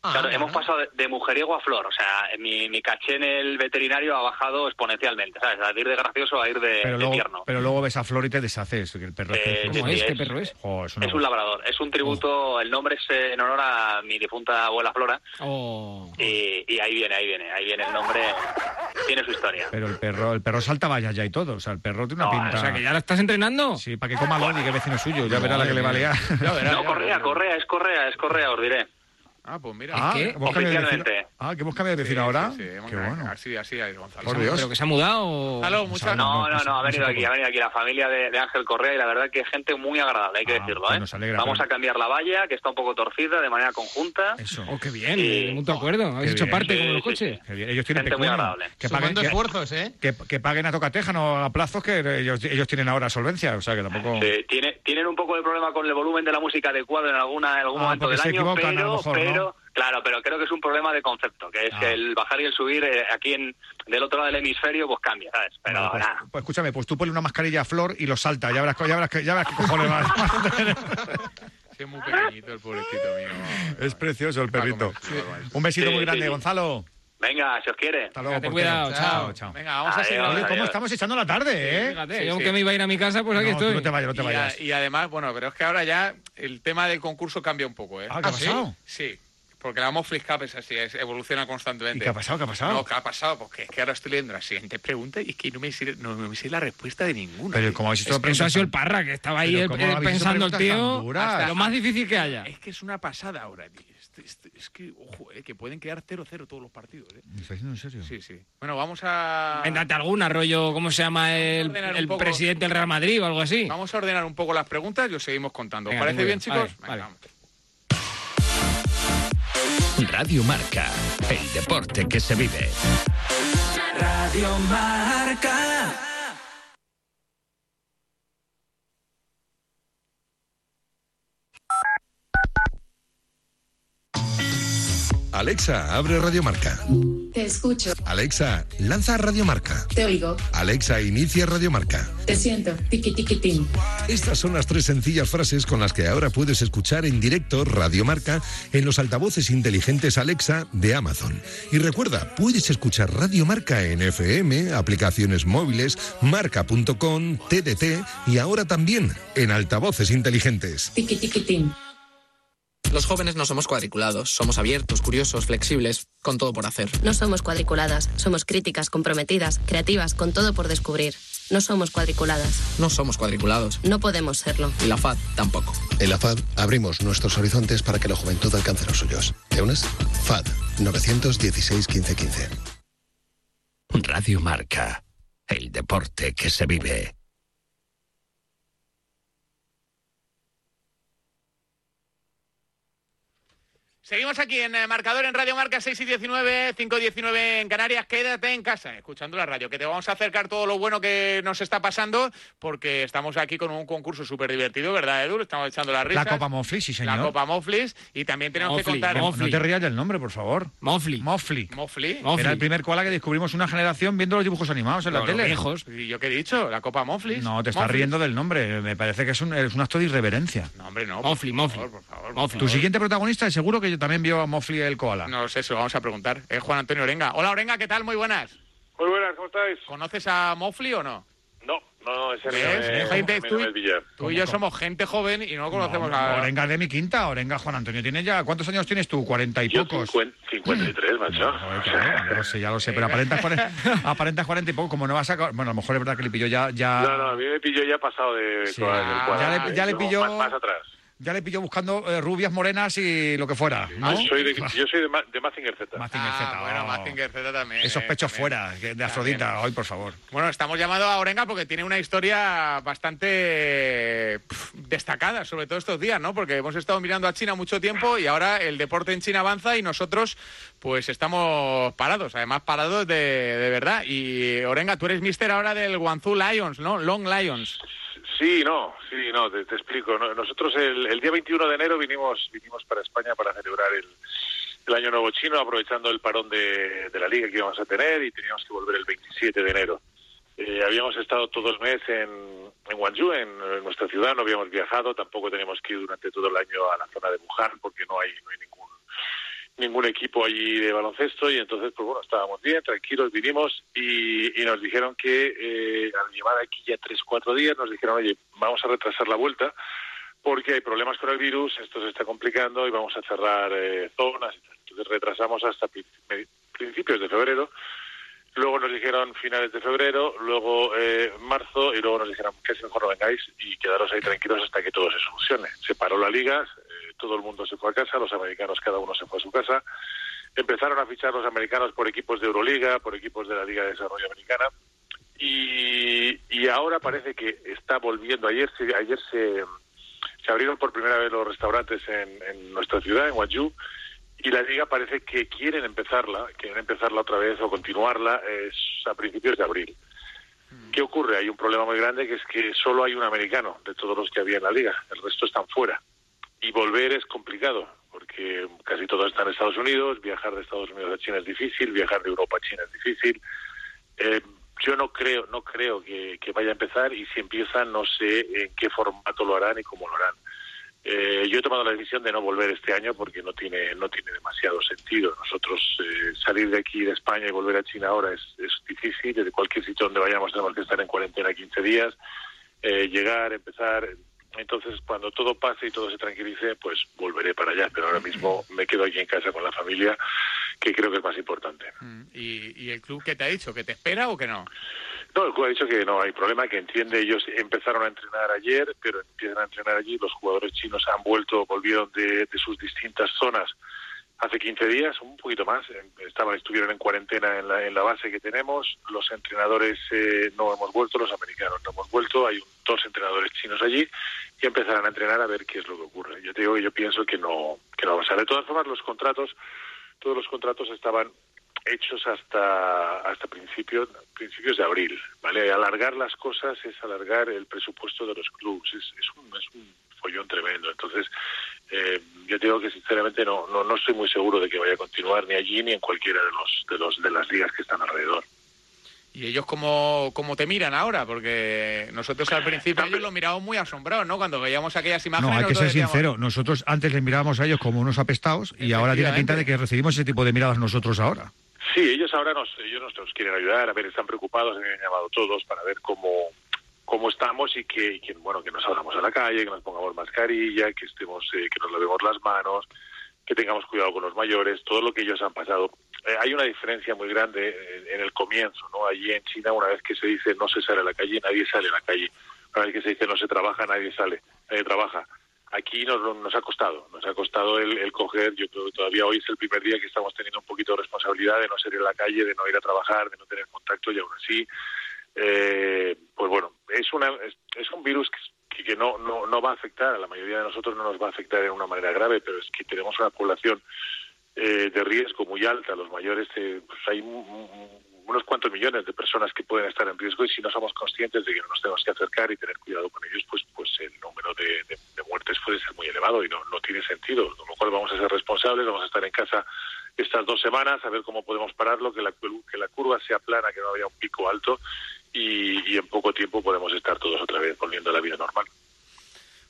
S7: Ah,
S4: claro,
S7: bueno.
S4: hemos pasado de, de mujeriego a flor. O sea, mi, mi caché en el veterinario ha bajado exponencialmente, ¿sabes? A ir de gracioso a ir de,
S3: Pero
S4: Eh, de tierno.
S3: luego, pero luego ves a Flor y te deshaces. que El perro
S4: Eh,
S3: precioso.
S5: ¿Cómo
S4: Sí,
S5: es?
S4: sí,
S5: ¿Qué
S4: es-
S5: perro es?
S3: Jo, es una
S4: Es un labrador, es un
S7: Oh.
S4: tributo, el nombre es eh, en honor a mi difunta abuela Flora
S5: Oh.
S4: y, y ahí viene, ahí viene, ahí viene el nombre, tiene su historia.
S3: Pero el perro, el perro salta vallas ya y todo. O sea, el perro tiene una
S4: No,
S3: pinta.
S5: O sea, que ya la estás entrenando.
S3: Sí, para que coma Lodi, que es vecino suyo. Ya verá la que le va a liar.
S2: Ya verás,
S4: No,
S2: ya
S4: Correa,
S2: verás.
S4: Correa, es Correa, es Correa, os diré.
S2: Ah, pues mira.
S3: Ah,
S5: ¿Qué?
S3: ¿vos cambias de vecino?
S4: Oficialmente.
S3: Ah, ¿qué vos cambias de
S2: Sí,
S3: vecino ahora?
S2: sí, sí, hemos-
S3: Qué bueno.
S2: Así, así, ahí, Gonzalo.
S3: Por Dios. pues
S5: ¿Pero que se ha mudado o...?
S2: Gonzalo, muchas
S4: No,
S3: no,
S4: no,
S3: no,
S4: no, ha venido
S3: no,
S4: aquí,
S3: no.
S4: ha venido aquí la familia de, de Ángel Correa y la verdad que es gente muy agradable, hay que
S3: Ah,
S4: decirlo,
S3: pues
S4: ¿eh?
S3: nos alegra,
S4: Vamos
S3: pero-
S4: a cambiar la valla, que está un poco torcida, de manera conjunta.
S3: Eso.
S5: Oh, qué bien,
S4: Sí.
S5: de mutuo acuerdo. Habéis
S3: Qué
S5: hecho
S3: bien.
S5: parte
S4: Sí,
S5: como los
S4: sí,
S5: coches.
S3: Qué bien. Ellos tienen
S4: Gente muy
S3: pecunia.
S4: agradable.
S3: Que paguen,
S7: Sumando
S3: que,
S7: esfuerrzos, ¿eh?
S3: que- que paguen a Tocatejano a plazos que ellos, ellos tienen ahora solvencia. O sea, que tampoco.
S4: Sí, tiene, tienen un poco de problema con el volumen de la música adecuado en alguna en algún
S3: Ah,
S4: momento
S3: porque
S4: del
S3: se
S4: año,
S3: equivocan a
S4: pero,
S3: lo mejor, ¿no?
S4: pero claro, pero creo que es un problema de concepto, que es
S3: Ah.
S4: que el bajar y el subir eh, aquí en, del otro lado del hemisferio pues cambia, ¿sabes? Pero
S3: Vale, pues,
S4: nada.
S3: pues escúchame, pues tú ponle una mascarilla a Flor y lo salta. Ya verás, co- ya verás, que- ya verás qué cojones va a tener.
S2: Sí, es muy pequeñito el pobrecito mío.
S3: Es precioso el
S2: Va a comer,
S3: perrito.
S2: sí, va a comer.
S3: Un besito
S4: Sí,
S3: muy
S4: sí,
S3: grande,
S4: sí.
S3: Gonzalo.
S4: Venga, si os quiere.
S3: Hasta luego.
S5: Fíjate,
S3: portero.
S5: cuidado, chao.
S3: chao.
S2: Venga, vamos a
S4: Adiós,
S2: seguir.
S3: Oye,
S2: hablando.
S3: ¿cómo estamos echando la tarde, eh?
S5: Fíjate,
S2: Sí,
S5: yo
S2: sí.
S5: que me iba a ir a mi casa, pues aquí
S3: no, tú
S5: estoy.
S3: no te vayas, no
S2: Y,
S3: te
S2: a-
S3: vayas.
S2: y además, bueno, pero es que ahora ya el tema del concurso cambia un poco, ¿eh?
S3: Ah, ¿qué ha pasado?
S2: Sí, porque la Moflis Cup es así, es- evoluciona constantemente.
S3: ¿Y qué ha pasado? ¿Qué ha pasado?
S2: No, ¿qué ha pasado? Porque es que ahora estoy leyendo la siguiente pregunta y es que no me sé, no, me sé la respuesta de ninguna.
S3: Pero
S2: tío.
S3: como habéis
S5: Es
S3: hecho
S5: que eso ha
S3: preguntas
S5: sido el
S3: tan-
S5: parra, que estaba ahí
S3: Pero
S5: eh,
S3: ¿cómo
S5: eh,
S3: habéis hecho
S5: pensando el
S3: preguntas tan
S5: tío.
S3: duras?
S5: hasta lo más difícil que haya.
S2: Es que es una pasada ahora, tío. Es, es- es que, ojo, eh, que pueden quedar 0-0 todos los partidos, ¿eh?
S3: ¿Me estás diciendo en serio?
S2: Sí, sí. Bueno, vamos a...
S5: Véndate alguna, rollo, ¿cómo se llama el,
S2: ordenar un
S5: el
S2: poco.
S5: presidente del Real Madrid o algo así?
S2: Vamos a ordenar un poco las preguntas y os seguimos contando. ¿Os
S5: Venga,
S2: parece
S5: muy
S2: bien,
S5: bien.
S2: chicos?
S5: Vale, vale.
S2: vamos.
S8: Radio Marca, el deporte que se vive.
S9: Alexa, abre Radiomarca.
S10: Te escucho,
S9: Alexa, lanza Radiomarca.
S10: te oigo,
S9: Alexa, inicia Radiomarca.
S10: te siento, tiqui tiqui tin.
S9: Estas son las tres sencillas frases con las que ahora puedes escuchar en directo Radiomarca en los altavoces inteligentes Alexa de Amazon. Y recuerda, puedes escuchar Radiomarca en FM, aplicaciones móviles, marca.com, TDT y ahora también en altavoces inteligentes.
S10: tiqui tiqui tin.
S11: Los jóvenes no somos cuadriculados, somos abiertos, curiosos, flexibles, con todo por hacer.
S12: No somos cuadriculadas, somos críticas, comprometidas, creativas, con todo por descubrir. No somos cuadriculadas,
S11: No somos cuadriculados.
S12: no podemos serlo.
S11: Y la FAD tampoco.
S9: En la FAD abrimos nuestros horizontes para que la juventud alcance los suyos. ¿Te unes? FAD 916 1515.
S8: Radio Marca, el deporte que se vive.
S2: Seguimos aquí en eh, Marcador, en Radio Marca 6 y 19, 5 y 19 en Canarias. Quédate en casa eh, escuchando la radio, que te vamos a acercar todo lo bueno que nos está pasando, porque estamos aquí con un concurso súper divertido, ¿verdad, Edu? Estamos echando la risa.
S3: La Copa Mofli, sí, señor.
S2: La Copa Moflis. Y también tenemos que
S3: Mofli,
S2: contar.
S3: no- No te rías del nombre, por favor.
S5: Mofli.
S3: Mofli.
S2: Mofli.
S3: Era el primer koala que descubrimos una generación viendo los dibujos animados en la
S2: No,
S3: tele.
S2: los viejos. ¿Y yo qué he dicho? La Copa Moflis.
S3: No, te estás
S2: Moflis.
S3: riendo del nombre. Me parece que es un, es un acto de irreverencia.
S2: No, hombre, no.
S5: Mofli, Mofli.
S2: Por favor, por
S3: tu
S2: favor.
S3: siguiente protagonista, seguro que yo también vio a Mofli el koala.
S2: No sé, se lo vamos a preguntar. Es Juan Antonio Orenga. Hola, Orenga, ¿qué tal? Muy buenas.
S13: Muy buenas, ¿cómo estáis?
S2: ¿Conoces a Mofli o no?
S13: No, no, no, ese no
S2: ¿Ves?
S13: me-
S2: Gente,
S13: a mí no
S2: tú,
S13: me pilla.
S2: tú y yo somos gente joven y no conocemos a...
S3: Orenga es de mi quinta, Orenga Juan Antonio. ¿Tienes ya cuántos años tienes tú? Cuarenta y pocos. Mm.
S13: 53, macho.
S3: Ya lo sé, ya lo sé, pero aparentas 40, aparentas 40 y poco. Como no vas a. co- Bueno, a lo mejor es verdad que le pilló ya. ya...
S13: No, no, a mí me pilló ya pasado de
S3: Sí.
S13: cuadra-
S3: Ah,
S13: del cuadra.
S3: ya le- ya le
S13: No,
S3: pilló-
S13: Más, más atrás.
S3: Ya le pilló buscando eh, rubias, morenas y lo que fuera. ¿no?
S13: Yo Ah, soy de, yo soy de, Ma- de Mazinger Z.
S2: Ah, bueno, Mazinger Z también.
S3: Esos
S2: eh,
S3: pechos
S2: también.
S3: fuera, que- de Afrodita, hoy por favor.
S2: Bueno, estamos llamando a Orenga porque tiene una historia bastante pf, destacada, sobre todo estos días, ¿no? Porque hemos estado mirando a China mucho tiempo y ahora el deporte en China avanza y nosotros, pues, estamos parados, además parados de, de verdad. Y Orenga, tú eres mister ahora del Guangzhou Lions, ¿no? Long Lions.
S13: Sí, no, sí, no, te, te explico. No- Nosotros el, el día 21 de enero vinimos, vinimos para España para celebrar el, el Año Nuevo Chino, aprovechando el parón de, de la liga que íbamos a tener y teníamos que volver el 27 de enero. Eh, habíamos estado todo el mes en, en Guangzhou, en, en nuestra ciudad, no habíamos viajado, tampoco teníamos que ir durante todo el año a la zona de Wuhan porque no hay, no hay ningún ningún equipo allí de baloncesto y entonces pues bueno estábamos bien tranquilos vinimos y, y nos dijeron que eh, al llevar aquí ya tres cuatro días nos dijeron oye vamos a retrasar la vuelta porque hay problemas con el virus esto se está complicando y vamos a cerrar eh, zonas y tal. entonces retrasamos hasta pri- me- principios de febrero luego nos dijeron finales de febrero luego eh, marzo y luego nos dijeron casi mejor no vengáis y quedaros ahí tranquilos hasta que todo se solucione se paró la liga eh, todo el mundo se fue a casa, los americanos cada uno se fue a su casa. Empezaron a fichar los americanos por equipos de Euroliga, por equipos de la Liga de Desarrollo Americana. Y, y ahora parece que está volviendo. Ayer se, ayer se, se abrieron por primera vez los restaurantes en, en nuestra ciudad, en Guangzhou. Y la liga parece que quieren empezarla, quieren empezarla otra vez o continuarla es a principios de abril. ¿Qué ocurre? Hay un problema muy grande que es que solo hay un americano de todos los que había en la liga, el resto están fuera y volver es complicado, porque casi todo está en Estados Unidos, viajar de Estados Unidos a China es difícil, viajar de Europa a China es difícil. Eh, yo no creo, no creo que, que vaya a empezar y si empieza no sé en qué formato lo harán y cómo lo harán. Eh, yo he tomado la decisión de no volver este año porque no tiene no tiene demasiado sentido. Nosotros eh, salir de aquí de España y volver a China ahora es, es difícil. Desde cualquier sitio donde vayamos tenemos que estar en cuarentena 15 días, eh, llegar, empezar. Entonces, cuando todo pase y todo se tranquilice, pues volveré para allá. Pero ahora mismo me quedo aquí en casa con la familia, que creo que es más importante.
S2: Mm. ¿Y, y el club qué te ha dicho? ¿Que te espera o que no?
S13: No, el club ha dicho que no hay problema, que entiende. Ellos empezaron a entrenar ayer, pero empiezan a entrenar allí. Los jugadores chinos han vuelto, volvieron de, de sus distintas zonas hace 15 días, un poquito más. Em, Estaban, estuvieron en cuarentena en la, en la base que tenemos. Los entrenadores eh, no hemos vuelto, los americanos no hemos vuelto. Hay un- dos entrenadores chinos allí y empezarán a entrenar a ver qué es lo que ocurre. Yo te digo que yo pienso que no, que no va a pasar. De todas formas, los contratos, todos los contratos estaban hechos hasta hasta principios principios de abril, ¿vale? Alargar las cosas es alargar el presupuesto de los clubes, es, es un, es un follón tremendo. Entonces, eh, yo te digo que sinceramente no, no no estoy muy seguro de que vaya a continuar ni allí ni en cualquiera de los de los de las ligas que están alrededor.
S2: ¿Y ellos cómo, cómo te miran ahora? Porque nosotros al principio ellos lo mirábamos muy asombrados, ¿no? Cuando veíamos aquellas imágenes...
S3: No, hay que ser
S2: nosotros decíamos,
S3: sincero. Nosotros antes le mirábamos a ellos como unos apestados y ahora tiene pinta de que recibimos ese tipo de miradas nosotros ahora.
S13: Sí, ellos ahora nos, ellos nos, nos quieren ayudar, a ver, están preocupados, me han llamado todos para ver cómo, cómo estamos y que, y que, bueno, que nos salgamos a la calle, que nos pongamos mascarilla, que estemos, eh, que nos lavemos las manos, que tengamos cuidado con los mayores, todo lo que ellos han pasado. Eh, hay una diferencia muy grande eh, en el comienzo, ¿no? Allí en China, una vez que se dice no se sale a la calle, nadie sale a la calle. Una vez que se dice no se trabaja, nadie sale, nadie trabaja. Aquí nos, nos ha costado, nos ha costado el, el coger, yo creo que todavía hoy es el primer día que estamos teniendo un poquito de responsabilidad de no salir a la calle, de no ir a trabajar, de no tener contacto y aún así, eh, pues bueno, es, una, es, es un virus que, que, que no, no, no va a afectar, a la mayoría de nosotros no nos va a afectar de una manera grave, pero es que tenemos una población eh, de riesgo muy alta, los mayores, eh, pues hay un- un- unos cuantos millones de personas que pueden estar en riesgo y si no somos conscientes de que no nos tenemos que acercar y tener cuidado con ellos, pues, pues el número de, de- de muertes puede ser muy elevado y no, no tiene sentido, con lo cual vamos a ser responsables, vamos a estar en casa estas dos semanas, a ver cómo podemos pararlo, que la, cur- que la curva sea plana, que no haya un pico alto y, y en poco tiempo podemos estar todos otra vez volviendo a la vida normal.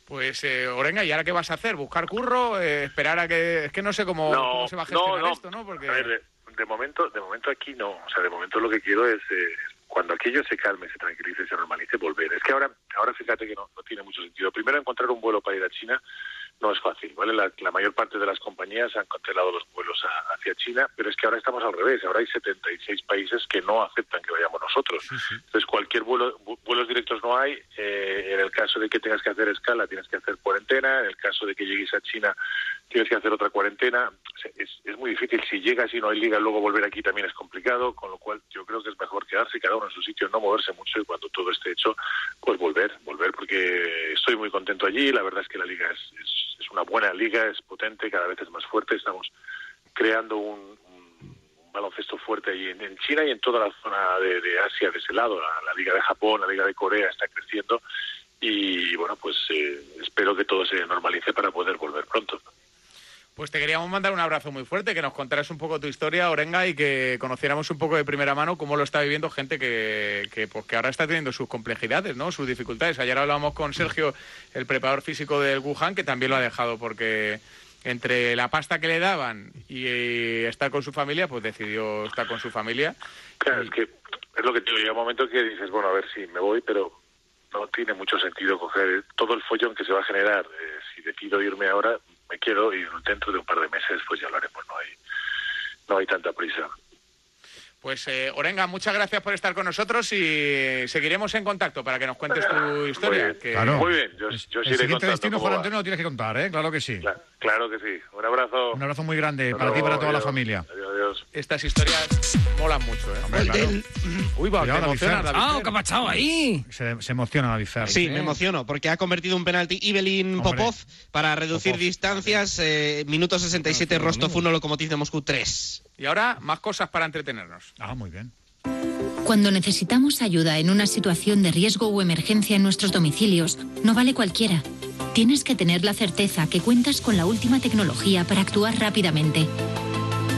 S2: Pues, eh, Orenga, ¿y ahora qué vas a hacer? ¿Buscar curro? Eh, ¿Esperar a que.? Es que no sé cómo, cómo se va a gestionar esto, ¿no? Porque...
S13: A ver, de, de momento, de momento aquí no. O sea, de momento lo que quiero es eh, cuando aquello se calme, se tranquilice, se normalice, volver. Es que ahora, ahora fíjate que no, no tiene mucho sentido. Primero encontrar un vuelo para ir a China no es fácil, ¿vale? La, la mayor parte de las compañías han cancelado los vuelos a- hacia China, pero es que ahora estamos al revés. Ahora hay 76 países que no aceptan que vayamos nosotros. Entonces, cualquier vuelo, vu- vuelos directos no hay. Eh, en el caso de que tengas que hacer escala, tienes que hacer cuarentena. En el caso de que llegues a China, tienes que hacer otra cuarentena. O sea, es, es muy difícil. Si llegas y no hay liga, luego volver aquí también es complicado. Con lo cual, yo creo que es mejor quedarse cada uno en su sitio, no moverse mucho y cuando todo esté hecho, pues volver, volver, porque estoy muy contento allí. La verdad es que la liga es, es- es una buena liga, es potente, cada vez es más fuerte. Estamos creando un, un- un baloncesto fuerte allí en, en China y en toda la zona de, de Asia de ese lado. La, la liga de Japón, la liga de Corea está creciendo. Y bueno, pues eh, espero que todo se normalice para poder volver pronto.
S2: Pues te queríamos mandar un abrazo muy fuerte, que nos contaras un poco tu historia, Orenga, y que conociéramos un poco de primera mano cómo lo está viviendo gente que, que, pues, que ahora está teniendo sus complejidades, ¿no? sus dificultades. Ayer hablábamos con Sergio, el preparador físico del Wuhan, que también lo ha dejado porque entre la pasta que le daban y eh, estar con su familia, pues decidió estar con su familia.
S13: Claro, es que es lo que te digo, llega un momento que dices, bueno, a ver si me voy, pero no tiene mucho sentido coger eh, todo el follón que se va a generar. Eh, si decido irme ahora, me quiero ir dentro de un par de meses, pues ya lo haremos, no hay, no hay tanta prisa.
S2: Pues eh, Orenga, muchas gracias por estar con nosotros y seguiremos en contacto para que nos cuentes tu historia. que-
S3: Claro.
S13: yo,
S3: El siguiente destino, Juan Antonio, lo tienes que contar, ¿eh? Claro que sí.
S13: Claro que sí. Un abrazo.
S3: Un abrazo muy grande
S13: Hasta
S3: para ti y
S13: luego,
S3: para toda la
S13: adiós.
S3: familia.
S13: Adiós, adiós.
S2: Estas historias molan mucho, ¿eh?
S3: Hombre, claro.
S2: Uy, va, te
S3: Cuidado,
S2: emociona, David
S3: David Fer.
S2: Fer.
S14: Ah,
S3: Se, se emociona David Fer.
S6: Sí, me emociono, porque ha convertido un penalti Ibelin Popov para reducir distancias. eh, minuto 67, Rostov 1, Lokomotiv de Moscú 3.
S2: Y ahora, más cosas para entretenernos.
S3: Ah, muy bien.
S15: Cuando necesitamos ayuda en una situación de riesgo o emergencia en nuestros domicilios, no vale cualquiera. Tienes que tener la certeza que cuentas con la última tecnología para actuar rápidamente.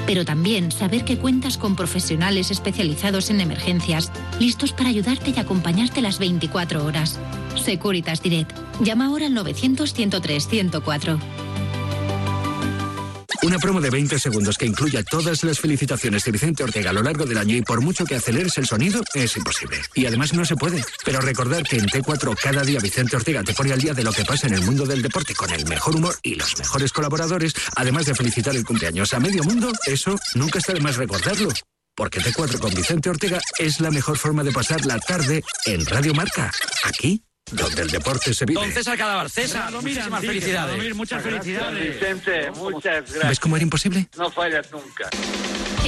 S15: Pero también saber que cuentas con profesionales especializados en emergencias, listos para ayudarte y acompañarte las 24 horas. Securitas Direct. Llama ahora al 900-103-104.
S8: Una promo de 20 segundos que incluya todas las felicitaciones de Vicente Ortega a lo largo del año y por mucho que aceleres el sonido, es imposible. Y además no se puede. Pero recordar que en T4 cada día Vicente Ortega te pone al día de lo que pasa en el mundo del deporte con el mejor humor y los mejores colaboradores, además de felicitar el cumpleaños a medio mundo, eso nunca está de más recordarlo. Porque T4 con Vicente Ortega es la mejor forma de pasar la tarde en Radio Marca. Aquí, donde el deporte se vive.
S16: Entonces al Cadavar César, muchísimas felicidades. muchas felicidades.
S17: Vicente, muchas gracias.
S8: ¿Ves cómo era imposible?
S17: No fallas nunca.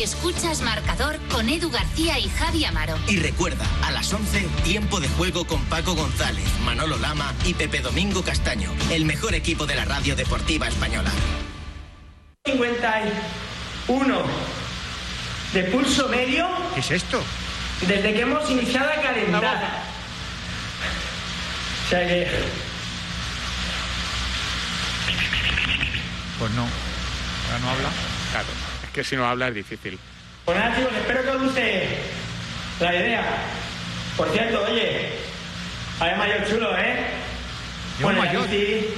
S15: Escuchas Marcador con Edu García y Javi Amaro.
S16: Y recuerda, a las 11, tiempo de juego con Paco González, Manolo Lama y Pepe Domingo Castaño, el mejor equipo de la radio deportiva española.
S14: 51 de pulso medio
S3: ¿Qué es esto?
S14: desde que hemos iniciado la calentada. O sea que
S3: Pues no. Ahora no habla.
S2: Claro, es que si no habla es difícil.
S14: Pues nada, chicos, espero que os guste la idea. Por cierto, oye, hay un mayor chulo, ¿eh?
S5: Lleva un
S14: ya
S5: maillot.
S14: sí.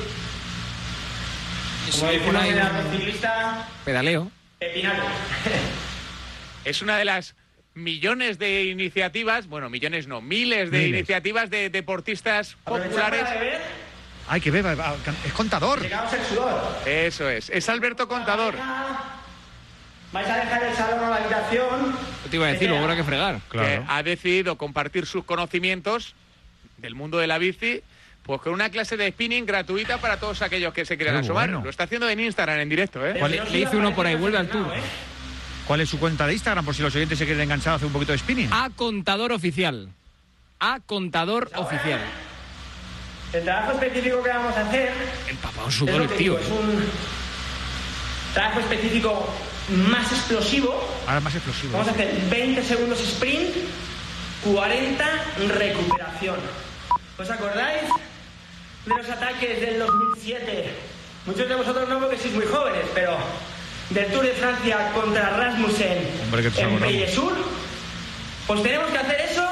S5: Sí,
S14: Como dice
S5: por
S14: uno
S5: ahí
S14: de
S5: un-
S14: los ciclistas,
S5: Pedaleo.
S14: pepinaco.
S2: Es una de las millones de iniciativas, bueno, millones no, miles de
S3: Miles.
S2: iniciativas de deportistas populares.
S3: Ay, que beba. va, Es contador.
S2: Eso es, es Alberto Contador.
S14: Vais a dejar el salón o la habitación.
S2: te iba
S14: a decir, luego habrá
S2: que fregar.
S14: Claro.
S2: ha decidido compartir sus conocimientos del mundo de la bici, pues con una clase de spinning gratuita para todos aquellos que se quieran
S3: Qué
S2: asomar.
S3: bueno.
S2: Lo está haciendo en Instagram, en directo, ¿eh?
S3: ¿Cuál es? Le hizo uno por ahí, vuelve al tubo. ¿Cuál es su cuenta de Instagram? Por si los oyentes se quieren enganchar a hacer un poquito de spinning.
S5: A contador oficial. A contador oficial.
S14: El trabajo específico que vamos a hacer
S5: Empapado en
S14: es lo
S5: sudor
S14: que
S5: el tío.
S14: digo, es un trabajo específico más explosivo.
S3: Ahora más explosivo.
S14: Vamos a hacer 20 segundos sprint, 40 recuperación. ¿Os acordáis de los ataques del 2007? Muchos de vosotros no porque sois muy jóvenes, pero del Tour de Francia contra Rasmussen
S3: Hombre, que te
S14: en
S3: acordamos.
S14: Sur, pues tenemos que hacer eso.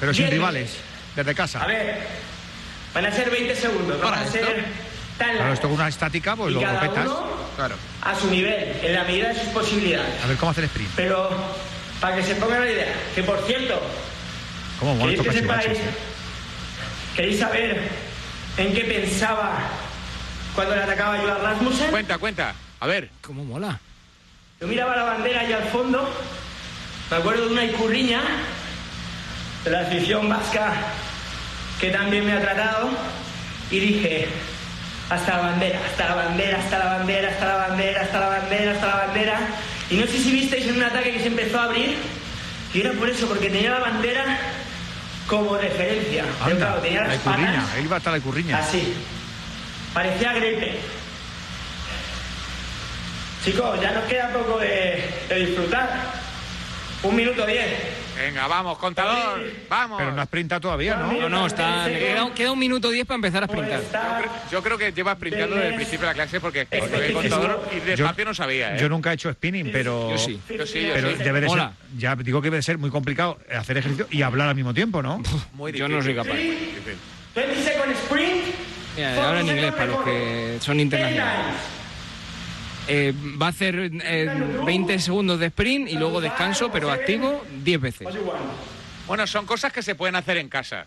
S3: Pero sin
S14: diez
S3: rivales, desde casa.
S14: A ver, van a ser 20 segundos, no van a ser
S3: Claro,
S14: tan
S3: esto
S14: largos.
S3: con una estática, pues
S14: Y
S3: lo
S14: cada
S3: petas.
S14: uno
S3: Claro.
S14: a su nivel, en la medida de sus posibilidades.
S3: A ver cómo hace el sprint.
S14: Pero para que se pongan la idea, que por cierto,
S3: ¿Cómo mola
S14: queréis
S3: estos
S14: que sepáis,
S3: cachivaches, eh?
S14: queréis saber en qué pensaba cuando le atacaba yo a Rasmussen.
S2: Cuenta, cuenta. A ver.
S5: ¿Cómo mola?
S14: Yo miraba la bandera allá al fondo, me acuerdo de una icurriña de la afición vasca que también me ha tratado y dije, hasta la bandera, hasta la bandera, hasta la bandera, hasta la bandera, hasta la bandera, hasta la bandera. Y no sé si visteis en un ataque que se empezó a abrir, que era por eso, porque tenía la bandera como referencia. Pero
S3: Anda,
S14: claro, tenía
S3: la
S14: las
S3: curriña,
S14: patas
S3: él iba hasta la curriña.
S14: Así. Parecía gripe. Chicos, ya nos queda poco de, de disfrutar. Un minuto diez.
S2: Venga, vamos, contador. Vamos.
S3: Pero no has printado todavía, ¿no?
S5: No, no, está. Queda, un- queda un minuto diez para empezar a sprintar.
S2: Yo creo que llevas printeando desde el principio de la clase porque con el contador y de
S3: Yo-
S2: papel no sabía, ¿eh?
S3: Yo nunca he hecho spinning, pero.
S2: Yo sí. Yo sí, yo
S3: pero
S2: sí.
S3: debe de ser.
S2: Mola.
S3: Ya digo que debe de ser muy complicado hacer ejercicio y hablar al mismo tiempo, ¿no?
S2: Muy
S5: Yo no soy capaz.
S14: 20 second sprint.
S5: Mira, ahora en inglés para los que son internacionales. Eh, va a hacer eh, 20 segundos de sprint y luego descanso, pero activo 10 veces.
S2: Bueno, son cosas que se pueden hacer en casa.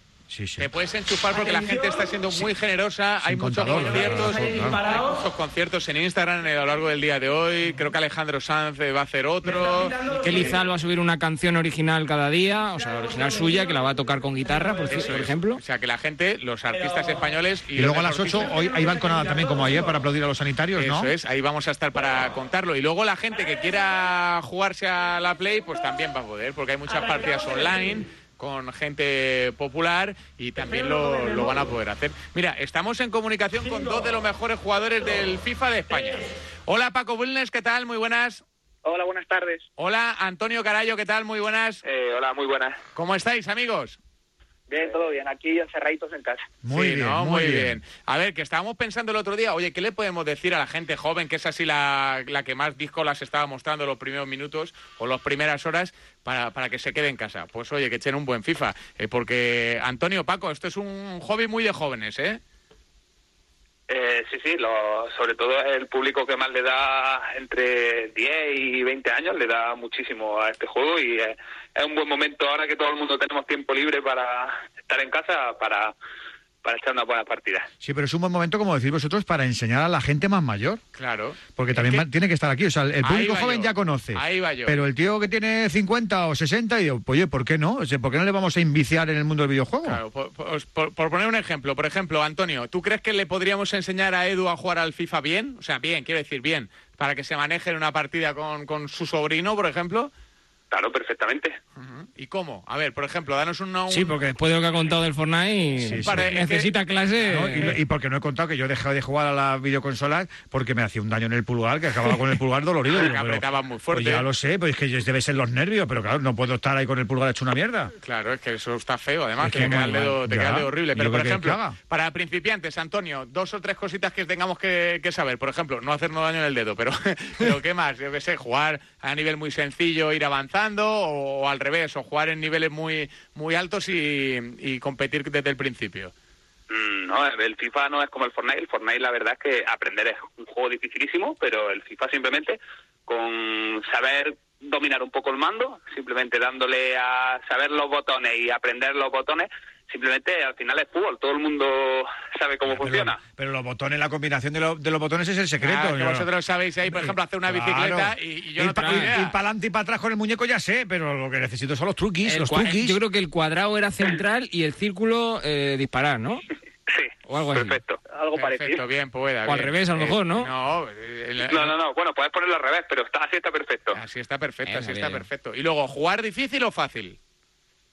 S2: Te puedes enchufar porque la gente está siendo muy generosa. hay muchos
S3: contador,
S2: conciertos.
S3: claro, eso,
S2: Hay
S3: claro.
S2: muchos conciertos en Instagram eh, a lo largo del día de hoy. Creo que Alejandro Sanz eh, va a hacer otro.
S5: Que Lizal va a subir una canción original cada día, o sea, la original suya, que la va a tocar con guitarra, por, por ejemplo.
S2: O sea, que la gente, los artistas españoles y,
S3: Y luego a
S2: los
S3: las 8,
S2: deportistas-
S3: hoy ahí van con nada también, como ayer, para aplaudir a los sanitarios, ¿no?
S2: Eso es, ahí vamos a estar para contarlo. Y luego la gente que quiera jugarse a la Play, pues también va a poder, porque hay muchas partidas online con gente popular y también lo, lo van a poder hacer. Mira, estamos en comunicación con dos de los mejores jugadores del FIFA de España. Hola Paco Bulnes, ¿qué tal? Muy buenas.
S18: Hola, buenas tardes. Eh,
S2: Hola Antonio Carallo, ¿qué tal? Muy buenas.
S18: hola, muy buenas.
S2: ¿Cómo estáis, amigos?
S18: Bien, todo bien. Aquí encerraditos en casa.
S2: Muy
S18: bien,
S2: Muy
S18: muy
S2: bien.
S18: bien.
S2: A ver, que estábamos pensando el otro día, oye, ¿qué le podemos decir a la gente joven, que es así la, la que más discos las estaba mostrando los primeros minutos o las primeras horas, para, para que se quede en casa? Pues oye, que echen un buen FIFA. eh, porque, Antonio, Paco, esto es un hobby muy de jóvenes, ¿eh?
S4: Eh, sí, sí, lo- sobre todo el público que más le da entre 10 y 20 años le da muchísimo a este juego y eh, es un buen momento ahora que todo el mundo tenemos tiempo libre para estar en casa para, para echar una buena partida.
S3: Sí, pero es un buen momento, como decís vosotros, para enseñar a la gente más mayor.
S2: Claro.
S3: Porque
S2: Es
S3: también
S2: que-
S3: va- tiene que estar aquí. O sea, el- el
S2: Ahí
S3: público
S2: va
S3: joven
S2: yo.
S3: ya conoce.
S2: Ahí va yo.
S3: Pero el tío que tiene 50 o 60, y digo, "Pues, oye, ¿por qué no? O sea, ¿Por qué no le vamos a inviciar en el mundo del videojuego?
S2: Claro, por, por- por- por poner un ejemplo, por ejemplo, Antonio, ¿tú crees que le podríamos enseñar a Edu a jugar al FIFA bien? O sea, bien, quiero decir bien, para que se maneje en una partida con, con su sobrino, por ejemplo.
S4: Claro, perfectamente.
S2: ¿Y cómo? A ver, por ejemplo, danos un, un-
S5: Sí, porque después de lo que ha contado del Fortnite,
S3: Sí, sí.
S5: necesita clase.
S3: No, y, lo- y porque no he contado que yo he dejado de jugar a las videoconsolas porque me hacía un daño en el pulgar, que acababa con el pulgar dolorido.
S2: Que
S3: Digo, pero-
S2: apretabas muy
S3: pues
S2: fuerte. ¿eh?
S3: ya lo sé, pues es que yo- debe ser los nervios, pero claro, no puedo estar ahí con el pulgar hecho una mierda.
S2: Claro, es que eso está feo, además,
S3: Es
S2: que,
S3: que
S2: te,
S3: muy
S2: queda el
S3: mal,
S2: dedo, te
S3: ya.
S2: queda el dedo horrible.
S3: Yo
S2: Pero,
S3: creo
S2: por
S3: que que
S2: ejemplo,
S3: haga.
S2: para principiantes, Antonio, dos o tres cositas que tengamos que, que saber. Por ejemplo, no hacernos daño en el dedo, pero, pero ¿qué más? Yo qué sé, jugar a nivel muy sencillo, ir avanzando, o, o al revés, o jugar en niveles muy, muy altos y, y competir desde el principio.
S4: Mm, No, el FIFA no es como el Fortnite. El Fortnite, la verdad es que aprender es un juego dificilísimo, pero el FIFA simplemente con saber dominar un poco el mando, simplemente dándole a saber los botones y aprender los botones, simplemente al final es fútbol. Todo el mundo sabe cómo funciona.
S3: Pero los botones, la combinación de, lo- de los botones es el secreto.
S2: Claro, Ah, que
S3: yo-
S2: vosotros sabéis ahí, por ejemplo, hacer una
S3: Claro.
S2: bicicleta y, y yo no
S3: ir para
S2: tengo ni idea.
S3: adelante y para atrás con el muñeco ya sé, pero lo que necesito son los truquis,
S5: El
S3: los
S5: cua-
S3: truquis.
S5: Yo creo que el cuadrado era central y el círculo eh, disparar, ¿no? Sí. O algo así.
S4: Perfecto. Algo
S2: Perfecto, bien, Poveda.
S5: O al
S2: bien.
S5: revés, a lo
S2: Eh,
S5: mejor, ¿no?
S2: No, el- el-
S4: No, no, no. Bueno, puedes ponerlo al revés, pero está, así está perfecto.
S2: así está perfecto, así
S4: bien,
S2: está
S4: bien.
S2: perfecto. Y luego, ¿jugar difícil o fácil?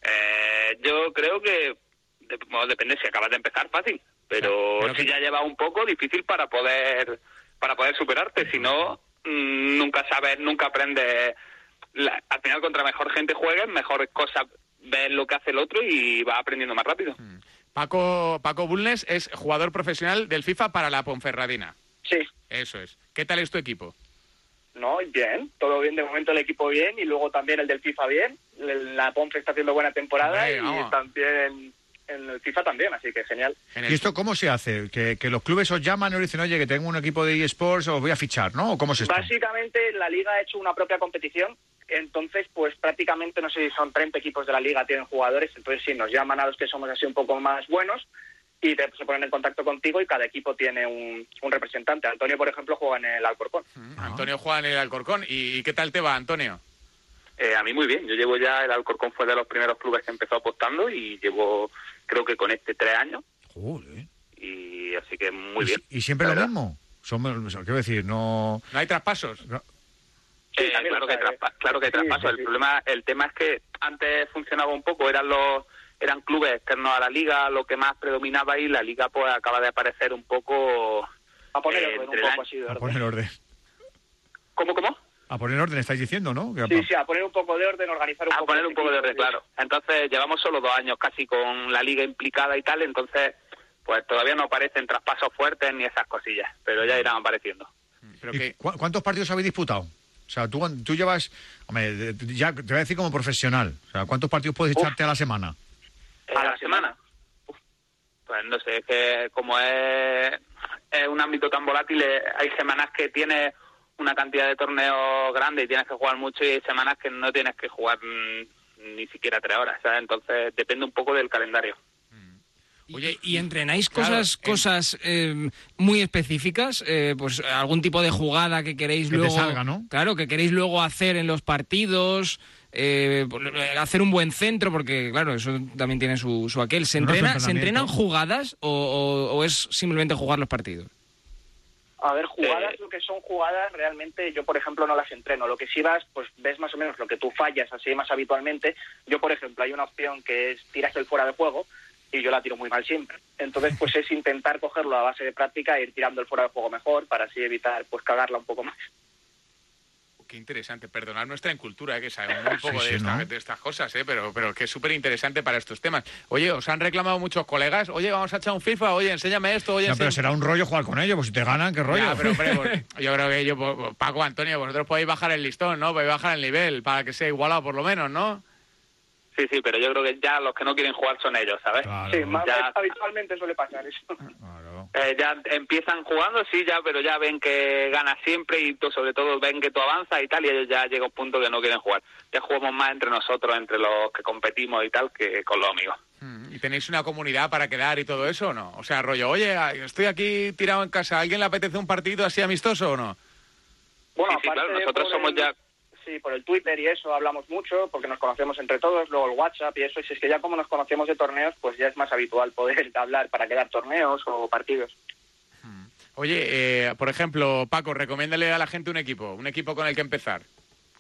S4: Eh, yo creo que de- bueno, depende si acabas de empezar fácil.
S19: pero, si ya lleva un poco difícil para poder para poder superarte si no mm, nunca sabes nunca aprendes La- al final contra mejor gente juegues mejor cosas ves lo que hace el otro y vas aprendiendo más rápido
S2: Paco, Paco Bulnes es jugador profesional del FIFA para la Ponferradina.
S18: Sí.
S2: Eso es. ¿Qué tal es tu equipo?
S18: No, bien, todo bien de momento el equipo bien y luego también el del FIFA bien. El- La Ponce está haciendo buena temporada
S2: Hombre,
S18: y
S2: vamos.
S18: también en el FIFA también, así que genial.
S3: ¿Y esto cómo se hace? ¿Que, que los clubes os llaman y os dicen, oye, que tengo un equipo de eSports, os voy a fichar, ¿no? ¿O cómo es esto?
S18: Básicamente la liga ha hecho una propia competición, entonces pues prácticamente no sé si son 30 equipos de la liga tienen jugadores, entonces sí nos llaman a los que somos así un poco más buenos y te- se ponen en contacto contigo y cada equipo tiene un, un representante. Antonio, por ejemplo, juega en el Alcorcón.
S2: Antonio juega en el Alcorcón. ¿Y, y qué tal te va, Antonio?
S19: Eh, a mí muy bien. Yo llevo ya, el Alcorcón fue de los primeros clubes que empezó apostando y llevo, creo que con este, tres años. Y así que muy
S3: ¿Y,
S19: bien.
S3: y siempre lo mismo? Somos, quiero decir, no...
S2: No hay traspasos.
S19: Eh, claro, que traspa- claro que hay traspasos. El problema, el tema es que antes funcionaba un poco, eran los eran clubes externos a la liga lo que más predominaba y la liga pues acaba de aparecer un poco
S18: a
S19: poner
S18: un poco así
S3: A poner orden.
S19: ¿Cómo, cómo?
S3: A poner orden, estáis diciendo, ¿no? Que-
S18: Sí, sí, a poner un poco de orden, organizar un
S19: a
S18: poco
S19: poner
S18: los
S19: un poco de
S18: equipos,
S19: orden,
S18: sí.
S19: claro. Entonces llevamos solo dos años casi con la liga implicada y tal, entonces pues todavía no aparecen traspasos fuertes ni esas cosillas, pero ya irán apareciendo.
S3: ¿Y cu- ¿Cuántos partidos habéis disputado? O sea, tú, tú llevas... Hombre, de- de- ya te voy a decir como profesional. O sea, ¿cuántos partidos puedes echarte a la semana?
S19: ¿A la semana? Uf, Pues no sé, es que como es, es un ámbito tan volátil, eh, hay semanas que tienes una cantidad de torneos grande y tienes que jugar mucho y hay semanas que no tienes que jugar mm, ni siquiera tres horas, ¿sabes? Entonces depende un poco del calendario.
S5: Oye, ¿y entrenáis
S19: claro,
S5: cosas
S19: en-
S5: cosas eh, muy específicas? Eh, pues algún tipo de jugada que queréis
S3: Que te
S5: luego...
S3: salga, ¿no?
S5: Claro, que queréis luego hacer en los partidos, eh, por- eh, hacer un buen centro, porque claro, eso también tiene su, su aquel. ¿Se,
S3: No es
S5: entrena, ¿se
S3: entrenamiento.
S5: entrenan jugadas o, o- o es simplemente jugar los partidos?
S18: A ver,
S2: Eh,
S18: jugadas, lo que son jugadas, realmente yo, por ejemplo, no las entreno. Lo que sí vas, pues ves más o menos lo que tú fallas así más habitualmente. Yo, por ejemplo, hay una opción que es tiras el fuera de juego y yo la tiro muy mal siempre. Entonces, pues es intentar cogerlo a base de práctica e ir tirando el fuera de juego mejor para así evitar, pues, cagarla un poco más.
S2: Qué interesante. Perdonad nuestra incultura, eh, que sabemos un poco
S3: Sí,
S2: de,
S3: sí,
S2: esta-
S3: ¿no?
S2: de estas cosas, eh, pero, pero que es súper interesante para estos temas. Oye, os han reclamado muchos colegas. Oye, vamos a echar un FIFA. Oye, enséñame esto. Oye,
S3: No, pero
S2: enséñame-
S3: será un rollo jugar con ellos, pues si te ganan, ¿qué rollo?
S2: Ya, pero, hombre, pues, yo creo que yo, pues, Paco, Antonio, vosotros podéis bajar el listón, ¿no? Podéis bajar el nivel para que sea igualado por lo menos, ¿no?
S19: Sí, sí, pero yo creo que ya los que no quieren jugar son ellos, ¿sabes?
S18: Sí, más
S19: Ya-
S18: habitualmente suele pasar eso.
S19: Eh, ya empiezan jugando, sí, ya, pero ya ven que ganas siempre y tú, sobre todo ven que tú avanzas y tal, y ellos ya llega un punto que no quieren jugar. Ya jugamos más entre nosotros, entre los que competimos y tal, que con los amigos.
S2: Mm, ¿Y tenéis una comunidad para quedar y todo eso o no? O sea, rollo, oye, a- estoy aquí tirado en casa, ¿a alguien le apetece un partido así amistoso o no?
S18: Bueno,
S2: Sí, sí,
S18: aparte
S2: claro, nosotros
S18: por
S2: somos
S18: el-
S2: ya-
S18: Sí, por el Twitter y eso hablamos mucho, porque nos conocemos entre todos, luego el WhatsApp y eso. Y si es que ya como nos conocemos de torneos, pues ya es más habitual poder hablar para quedar torneos o partidos.
S2: Oye, eh, por ejemplo, Paco, recomiéndale a la gente un equipo, un equipo con el que empezar.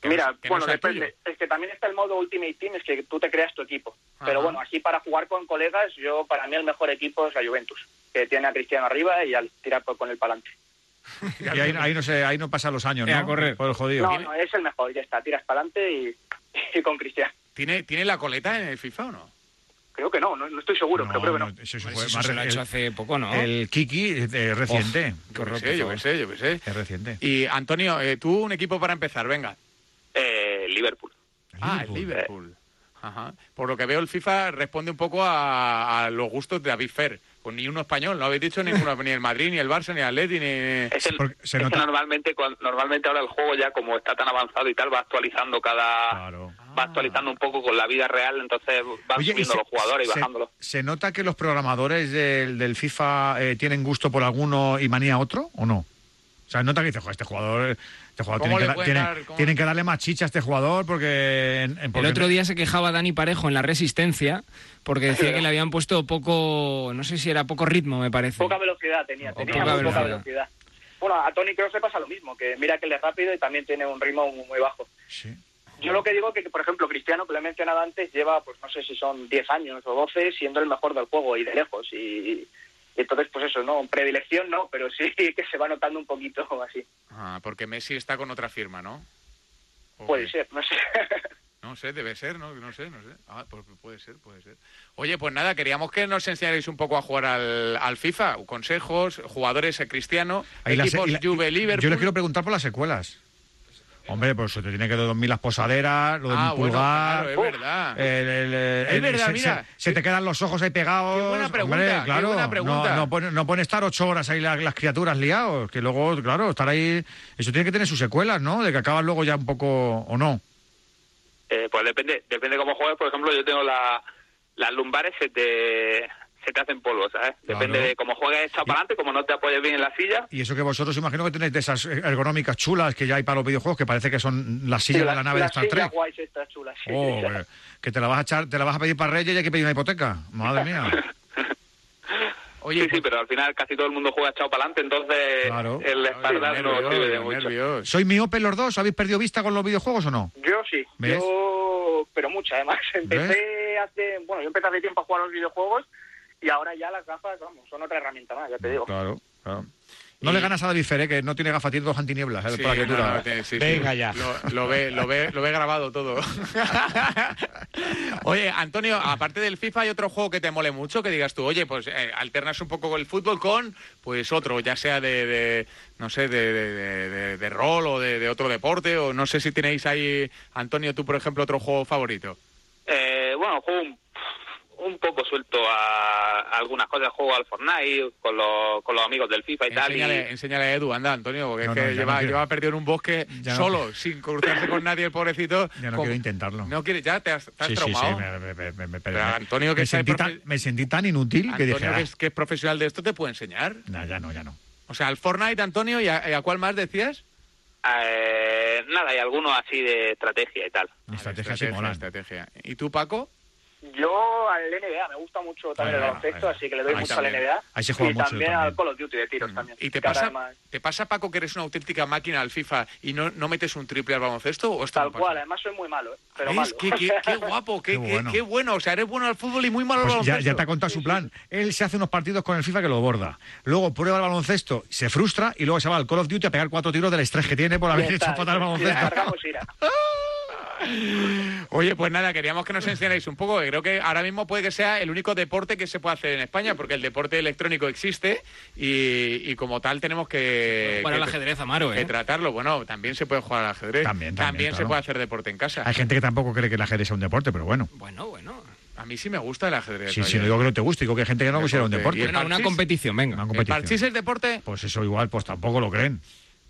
S2: Que
S18: Mira,
S2: no- que no
S18: bueno,
S2: sea
S18: depende.
S2: tuyo.
S18: Es que también está el modo Ultimate Team, es que tú te creas tu equipo. Pero
S2: Ajá.
S18: bueno, aquí para jugar con colegas, yo para mí el mejor equipo es la Juventus, que tiene a Cristiano arriba y al tirar por- con el palante.
S3: Y ahí, ahí no sé, ahí no pasan los años, ¿no?
S2: Eh, a correr.
S3: Por el jodido.
S18: No, no, es el mejor, ya está, tiras palante y, y con Cristiano.
S2: ¿Tiene, ¿Tiene la coleta en el FIFA o no?
S18: Creo que no, no, no estoy seguro, pero creo que no.
S3: Eso,
S5: Pues eso se lo ha hecho hace poco, ¿no?
S3: El Kiki eh, eh, reciente.
S2: Yo qué sé, yo qué sé, yo qué sé.
S3: Es reciente.
S2: Y Antonio, eh, tú un equipo para empezar, venga.
S19: Eh, Liverpool.
S2: Ah, el Liverpool. Ajá. Por lo que veo, el FIFA responde un poco a, a los gustos de David Fer. Pues ni uno español, no habéis dicho ninguno, ni el Madrid, ni el Barça, ni el Atleti, ni...
S19: Es el- es que normalmente, cuan- normalmente ahora el juego ya como está tan avanzado y tal, va actualizando cada... Va actualizando un poco con la vida real, entonces van
S3: Oye, y
S19: subiendo
S3: se-
S19: los jugadores y
S3: se-
S19: bajándolos.
S3: ¿Se nota que los programadores del, del FIFA eh, tienen gusto por alguno y manía a otro o no? O sea, nota que dices, "Jo, este jugador, este jugador
S5: ¿Cómo
S3: tienen,
S5: le
S3: que, da-
S5: pueden
S3: tienen-
S5: dar- cómo-
S3: tienen que darle más chicha a este jugador porque... en- en-
S5: El
S3: porque-
S5: otro día se quejaba Dani Parejo en la Resistencia porque decía que le habían puesto poco, no sé si era poco ritmo, me parece.
S18: Poca velocidad tenía, tenía
S5: poca
S18: muy poca
S5: velocidad.
S18: velocidad. Bueno, a Tony Kroos le pasa lo mismo, que mira que él es rápido y también tiene un ritmo muy, muy bajo. Yo lo que digo que, por ejemplo, Cristiano, que lo he mencionado antes, lleva, pues no sé si son 10 años o 12, siendo el mejor del juego y de lejos. Y, Y entonces, pues eso, no, predilección no, pero sí que se va notando un poquito así.
S2: Ah, porque Messi está con otra firma, ¿no? ¿O
S18: Puede
S2: qué?
S18: ser, no sé.
S2: No sé, debe ser, ¿no? No sé, no sé. Ah, pues puede ser, puede ser. Oye, pues nada, queríamos que nos enseñarais un poco a jugar al, al FIFA. Consejos, jugadores a Cristiano,
S3: Ahí la se-
S2: equipos
S3: y la-
S2: Juve,
S3: Yo
S2: Liverpool...
S3: les quiero preguntar por las secuelas. Hombre, pues se te tiene que dar 2.000 las posaderas, lo de
S2: Ah,
S3: un
S2: bueno,
S3: pulgar.
S2: claro, es verdad.
S3: el- el- el-
S2: Ah. Es verdad,
S3: se,
S2: mira.
S3: se- se te quedan los ojos ahí pegados. Qué
S2: buena pregunta, qué buena pregunta.
S3: No, no pone, no pone estar ocho horas ahí la- las, criaturas liados, que luego, claro, estar ahí. Eso tiene que tener sus secuelas, ¿no? De que acabas luego ya un poco o no.
S19: Eh, pues depende, depende cómo juegues. Por ejemplo, yo tengo la, las lumbares se te, se te hacen polvo, ¿sabes? Depende de cómo juegues echado para adelante, como no te apoyes bien en la silla.
S3: Y eso que vosotros imagino que tenéis de esas ergonómicas chulas que ya hay para los videojuegos, que parece que son las sillas de la nave de Star Trek.
S18: guays estas chulas. sí.
S3: Oh, que- que te la vas a echar, te la vas a pedir para Reyes y hay que pedir una hipoteca. Madre mía.
S19: sí,
S3: pues-
S19: sí, pero al final casi todo el mundo juega echado para adelante, entonces el espalda
S2: qué
S19: no
S2: nervios,
S19: sirve de
S2: qué
S19: mucho.
S3: ¿Sois miopes los dos? ¿Habéis perdido vista con los videojuegos o no?
S18: Yo sí,
S3: ¿Ves?
S18: yo, pero mucha además. Empecé hace, bueno, yo empecé hace tiempo a jugar a los videojuegos y ahora ya las gafas, vamos, son otra herramienta más, ya te digo.
S3: Claro, claro. No le ganas a David Ferre, que no tiene gafas, tiene dos antinieblas. ¿eh?
S2: Sí,
S3: Para que tú
S2: no,
S3: la-
S2: no, te- sí, sí. Lo, lo ve, lo, ve, lo ve grabado todo. oye, Antonio, aparte del FIFA, ¿hay otro juego que te mole mucho? Que digas tú, oye, pues eh, alternas un poco el fútbol con pues otro, ya sea de, de, no sé, de, de- de- de- de rol o de, de otro deporte, o no sé si tenéis ahí, Antonio, tú, por ejemplo, otro juego favorito.
S19: Eh, bueno, juego un, un poco suelto a, a algunas cosas. Juego al Fortnite con los, con los amigos del FIFA y tal. y-
S2: Enséñale, enséñale a Edu, anda, Antonio, porque
S3: No,
S2: es
S3: no,
S2: que
S3: ya no
S2: lleva,
S3: quiero.
S2: lleva perdido en un bosque
S3: Ya no
S2: solo,
S3: quiero.
S2: sin cruzarse con nadie, el pobrecito.
S3: Ya no
S2: Con-
S3: quiero intentarlo.
S2: No quieres, ya te has, te has
S3: Sí, sí, sí,
S2: traumado.
S3: me- me- me- me- me-
S2: Pero Antonio, que
S3: me
S2: sea
S3: sentí,
S2: profe-
S3: tan, me sentí tan inútil que
S2: Antonio,
S3: dije,
S2: que,
S3: "Ah,
S2: es, que es profesional de esto, ¿te puede enseñar?
S3: no, ya no, ya no.
S2: O sea, al Fortnite, Antonio, ¿y a, y a cuál más decías?
S19: Eh, nada, hay algunos así de estrategia y tal.
S3: Estrategia, sí mola.
S2: estrategia. ¿Y tú, Paco?
S18: Yo al NBA, me gusta mucho también el
S2: Ah,
S18: baloncesto,
S2: ahí.
S18: así que le doy
S2: Ahí
S18: mucho
S2: también.
S18: al NBA.
S2: Ahí se juega
S18: y
S2: mucho
S18: también,
S2: también. Mm.
S18: al Call of Duty de tiros también.
S2: ¿Y te
S18: que ahora
S2: pasa,
S18: además-
S2: te pasa, Paco, que eres una auténtica máquina al FIFA y no, no metes un triple al baloncesto? ¿O esto
S18: Tal
S2: no pasa?
S18: cual, además soy muy malo, ¿eh? pero
S2: ¿Ves?
S18: malo.
S2: Qué, qué- qué guapo, qué,
S3: Qué
S2: qué- qué
S3: bueno.
S2: bueno. O sea, eres bueno al fútbol y muy malo al
S3: Pues ya,
S2: baloncesto.
S3: ya te ha contado su plan. Él se hace unos partidos con el FIFA que lo borda. Luego prueba el baloncesto, se frustra y luego se va al Call of Duty a pegar cuatro tiros del estrés que tiene por
S18: Ya
S3: haber
S18: está,
S3: hecho fatal el
S18: y
S3: baloncesto.
S18: descargamos ira.
S2: Oye, pues nada, queríamos que nos enseñarais un poco. que Creo que ahora mismo puede que sea el único deporte que se puede hacer en España, porque el deporte electrónico existe y, y como tal tenemos que...
S5: Jugar
S2: que-
S5: al ajedrez, Amaro, ¿eh?
S2: Que tratarlo. Bueno, también se puede jugar al ajedrez. También, se
S3: claro.
S2: puede hacer deporte en casa.
S3: Hay gente que tampoco cree que el ajedrez sea un deporte, pero bueno.
S5: Bueno, bueno.
S2: A mí sí me gusta el ajedrez.
S3: Sí,
S2: oye.
S3: sí, no digo que no te guste, digo que hay gente que no considera un
S2: Deporte.
S3: deporte.
S2: ¿Y el Bueno, una parchís?
S5: competición, venga.
S3: Una
S2: ¿El
S3: competición.
S2: parchís es deporte?
S3: Pues eso igual, pues tampoco lo creen.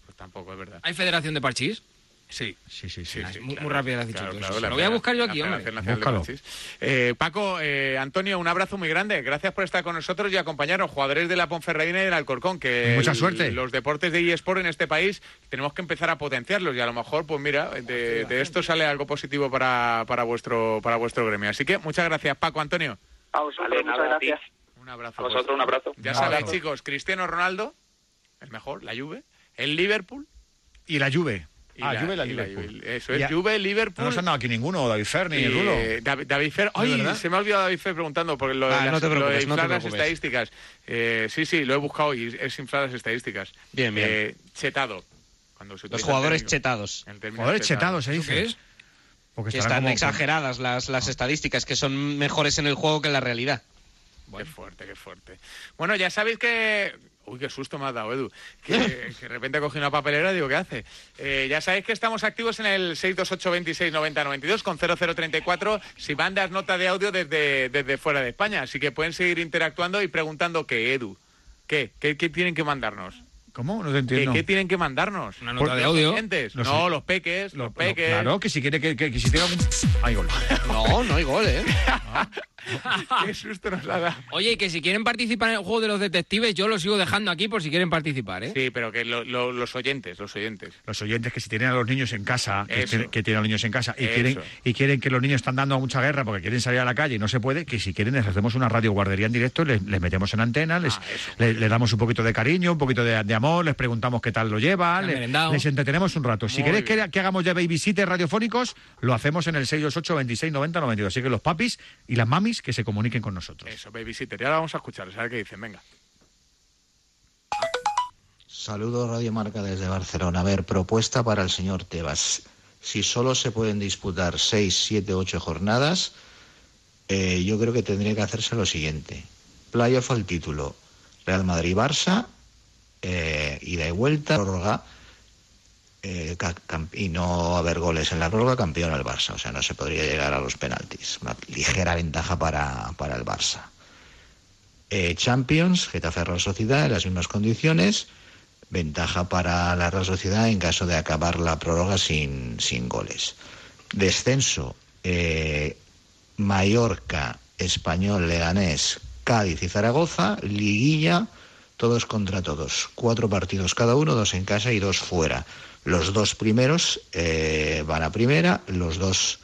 S2: Pues tampoco, es verdad.
S5: ¿Hay federación de parchís?
S2: Sí.
S3: Sí, sí, sí.
S5: Ah, muy, muy rápido lo has dicho
S2: Claro,
S5: tú,
S2: claro,
S5: eso.
S2: la
S5: Lo voy a
S2: Federación-
S5: buscar yo aquí,
S2: la
S5: hombre.
S2: Federación Nacional de Parchís. Eh, Paco, eh, Antonio, un abrazo muy grande. Gracias por estar con nosotros y acompañarnos, jugadores de la Ponferradina y del Alcorcón. Que
S3: Pues Mucha
S2: el-
S3: suerte.
S2: Los deportes de eSport en este país tenemos que empezar a potenciarlos y a lo mejor, pues mira, de, de esto sale algo positivo para, para, vuestro, para vuestro gremio. Así que muchas gracias, Paco, Antonio.
S18: A vosotros,
S19: Vale,
S18: muchas
S19: nada, a ti.
S18: gracias.
S2: Un abrazo. pues.
S19: A vosotros un abrazo.
S2: Ya
S19: Un
S2: sabéis,
S19: abrazo.
S2: chicos, Cristiano Ronaldo, el mejor, la Juve, el Liverpool.
S3: Y la Juve.
S2: Y
S3: ah,
S2: la-
S3: Juve y la
S2: y la
S3: Liverpool.
S2: Juve. Eso es,
S3: Y a-
S2: Juve,
S3: No
S2: Liverpool.
S3: nos han dado aquí ninguno, David Fer ni
S2: Y,
S3: Rulo.
S2: eh, David, David Fer,
S3: ¿De
S2: ay,
S3: verdad?
S2: se me ha olvidado David Fer preguntando porque lo de,
S6: Ah,
S2: las-
S6: no te
S2: lo de
S6: preocupes, no te
S2: inflar las
S6: preocupes.
S2: estadísticas. Eh, sí, sí, lo he buscado y es inflar las estadísticas.
S6: Bien, bien.
S2: Eh, chetado. Cuando se
S6: Los
S2: utiliza
S6: jugadores
S2: el término-
S6: chetados.
S2: el término
S3: Joder, chetado se
S2: ¿Eso
S3: dice.
S2: qué es?
S3: Porque
S6: Que están
S3: estarán como-
S6: exageradas las, las estadísticas, que son mejores en el juego que en la realidad.
S2: Qué fuerte, qué fuerte. Bueno, ya sabéis que... Uy, qué susto me ha dado, Edu. Que, que de repente cogí una papelera y digo, ¿qué hace? Eh, ya sabéis que estamos activos en el 628-2690-92 con 0034 si mandas nota de audio desde, desde fuera de España. Así que pueden seguir interactuando y preguntando qué, Edu. ¿Qué? ¿Qué, qué tienen que mandarnos?
S3: ¿Cómo? No te
S2: ¿Qué,
S3: entiendo.
S2: qué tienen que mandarnos? Una
S3: Pues nota de audio.
S2: No,
S3: No sé.
S2: los peques, los,
S3: Pero
S2: peques.
S3: Claro, que si quiere que, que, que si tiene algún. Hay gol.
S6: No, no hay gol, ¿eh?
S2: Qué susto nos ha dado.
S5: Oye, y que si quieren participar en el juego de los detectives, yo lo sigo dejando aquí por si quieren participar, ¿eh?
S2: Sí, pero que lo- lo- los oyentes, los oyentes.
S3: Los oyentes que si tienen a los niños en casa, que,
S2: Eso.
S3: tienen- que tienen a los niños en casa y
S2: Eso.
S3: quieren, y quieren que los niños están dando mucha guerra porque quieren salir a la calle y no se puede, que si quieren les hacemos una radio guardería en directo, les, les metemos en antena,
S2: Ah,
S3: les, le- le damos un poquito de cariño, un poquito de, de amor, les preguntamos qué tal lo llevan,
S5: Han
S3: le-
S5: merendado.
S3: les entretenemos un rato. si
S5: Muy
S3: queréis que, que hagamos ya babysitter radiofónicos, lo hacemos en el 628 26 90 92. Así que los papis y las mamis que se comuniquen con nosotros.
S2: Eso, babysitter. Y ahora vamos a escuchar, a ver qué dicen. Venga.
S20: Saludos Radio Marca desde Barcelona. A ver, propuesta para el señor Tebas. Si solo se pueden disputar 6, 7, 8 jornadas, eh, yo creo que tendría que hacerse lo siguiente. Playoff al título. Real Madrid-Barça, eh, ida y vuelta, prórroga, eh, ca- cam- y no haber goles en la prórroga, campeón al Barça. O sea, no se podría llegar a los penaltis. Una ligera ventaja para, para el Barça. Eh, Champions, Getafe Real Sociedad, en las mismas condiciones. Ventaja para la Real Sociedad en caso de acabar la prórroga sin, sin goles. Descenso, eh, Mallorca, Español, Leganés, Cádiz y Zaragoza, Liguilla, todos contra todos. Cuatro partidos cada uno, dos en casa y dos fuera. Los dos primeros eh, van a primera, los dos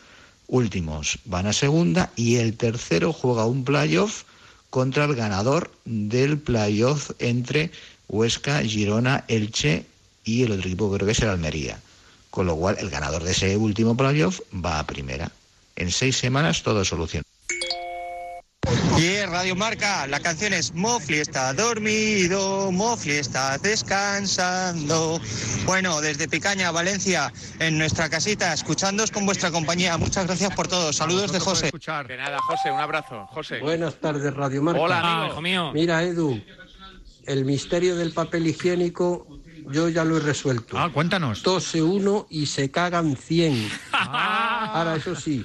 S20: últimos van a segunda y el tercero juega un playoff contra el ganador del playoff entre Huesca, Girona, Elche y el otro equipo creo que es el Almería. Con lo cual el ganador de ese último playoff va a primera. En seis semanas todo solucionado.
S21: Y es Radio Marca, la canción es Mofli está dormido, Mofli está descansando. Bueno, desde Picaña, Valencia, en nuestra casita, escuchándoos con vuestra compañía. Muchas gracias por todo. Saludos de José.
S2: De nada, José, un abrazo. José.
S22: Buenas tardes, Radio Marca.
S2: Hola, amigo. Ah, hijo mío.
S22: Mira, Edu, el misterio del papel higiénico yo ya lo he resuelto. Ah,
S3: cuéntanos.
S22: Tose uno y se cagan 100. Ahora, eso sí,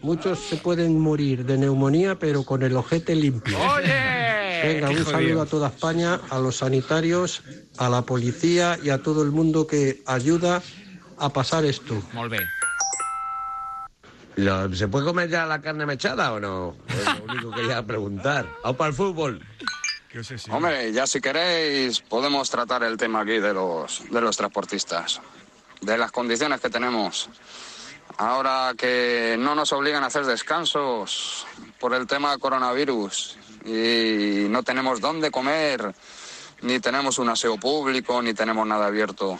S22: muchos se pueden morir de neumonía, pero con el ojete limpio. Venga,
S23: Qué
S22: un
S23: jodido.
S22: saludo a toda España, a los sanitarios, a la policía y a todo el mundo que ayuda a pasar esto.
S5: Molt bé.
S23: Lo- ¿Se puede comer ya la carne mechada o no? Es lo único que quería preguntar. Vamos para el fútbol.
S24: Hombre, ya si queréis podemos tratar el tema aquí de los, de los transportistas, de las condiciones que tenemos. Ahora que no nos obligan a hacer descansos por el tema coronavirus y no tenemos dónde comer, ni tenemos un aseo público, ni tenemos nada abierto.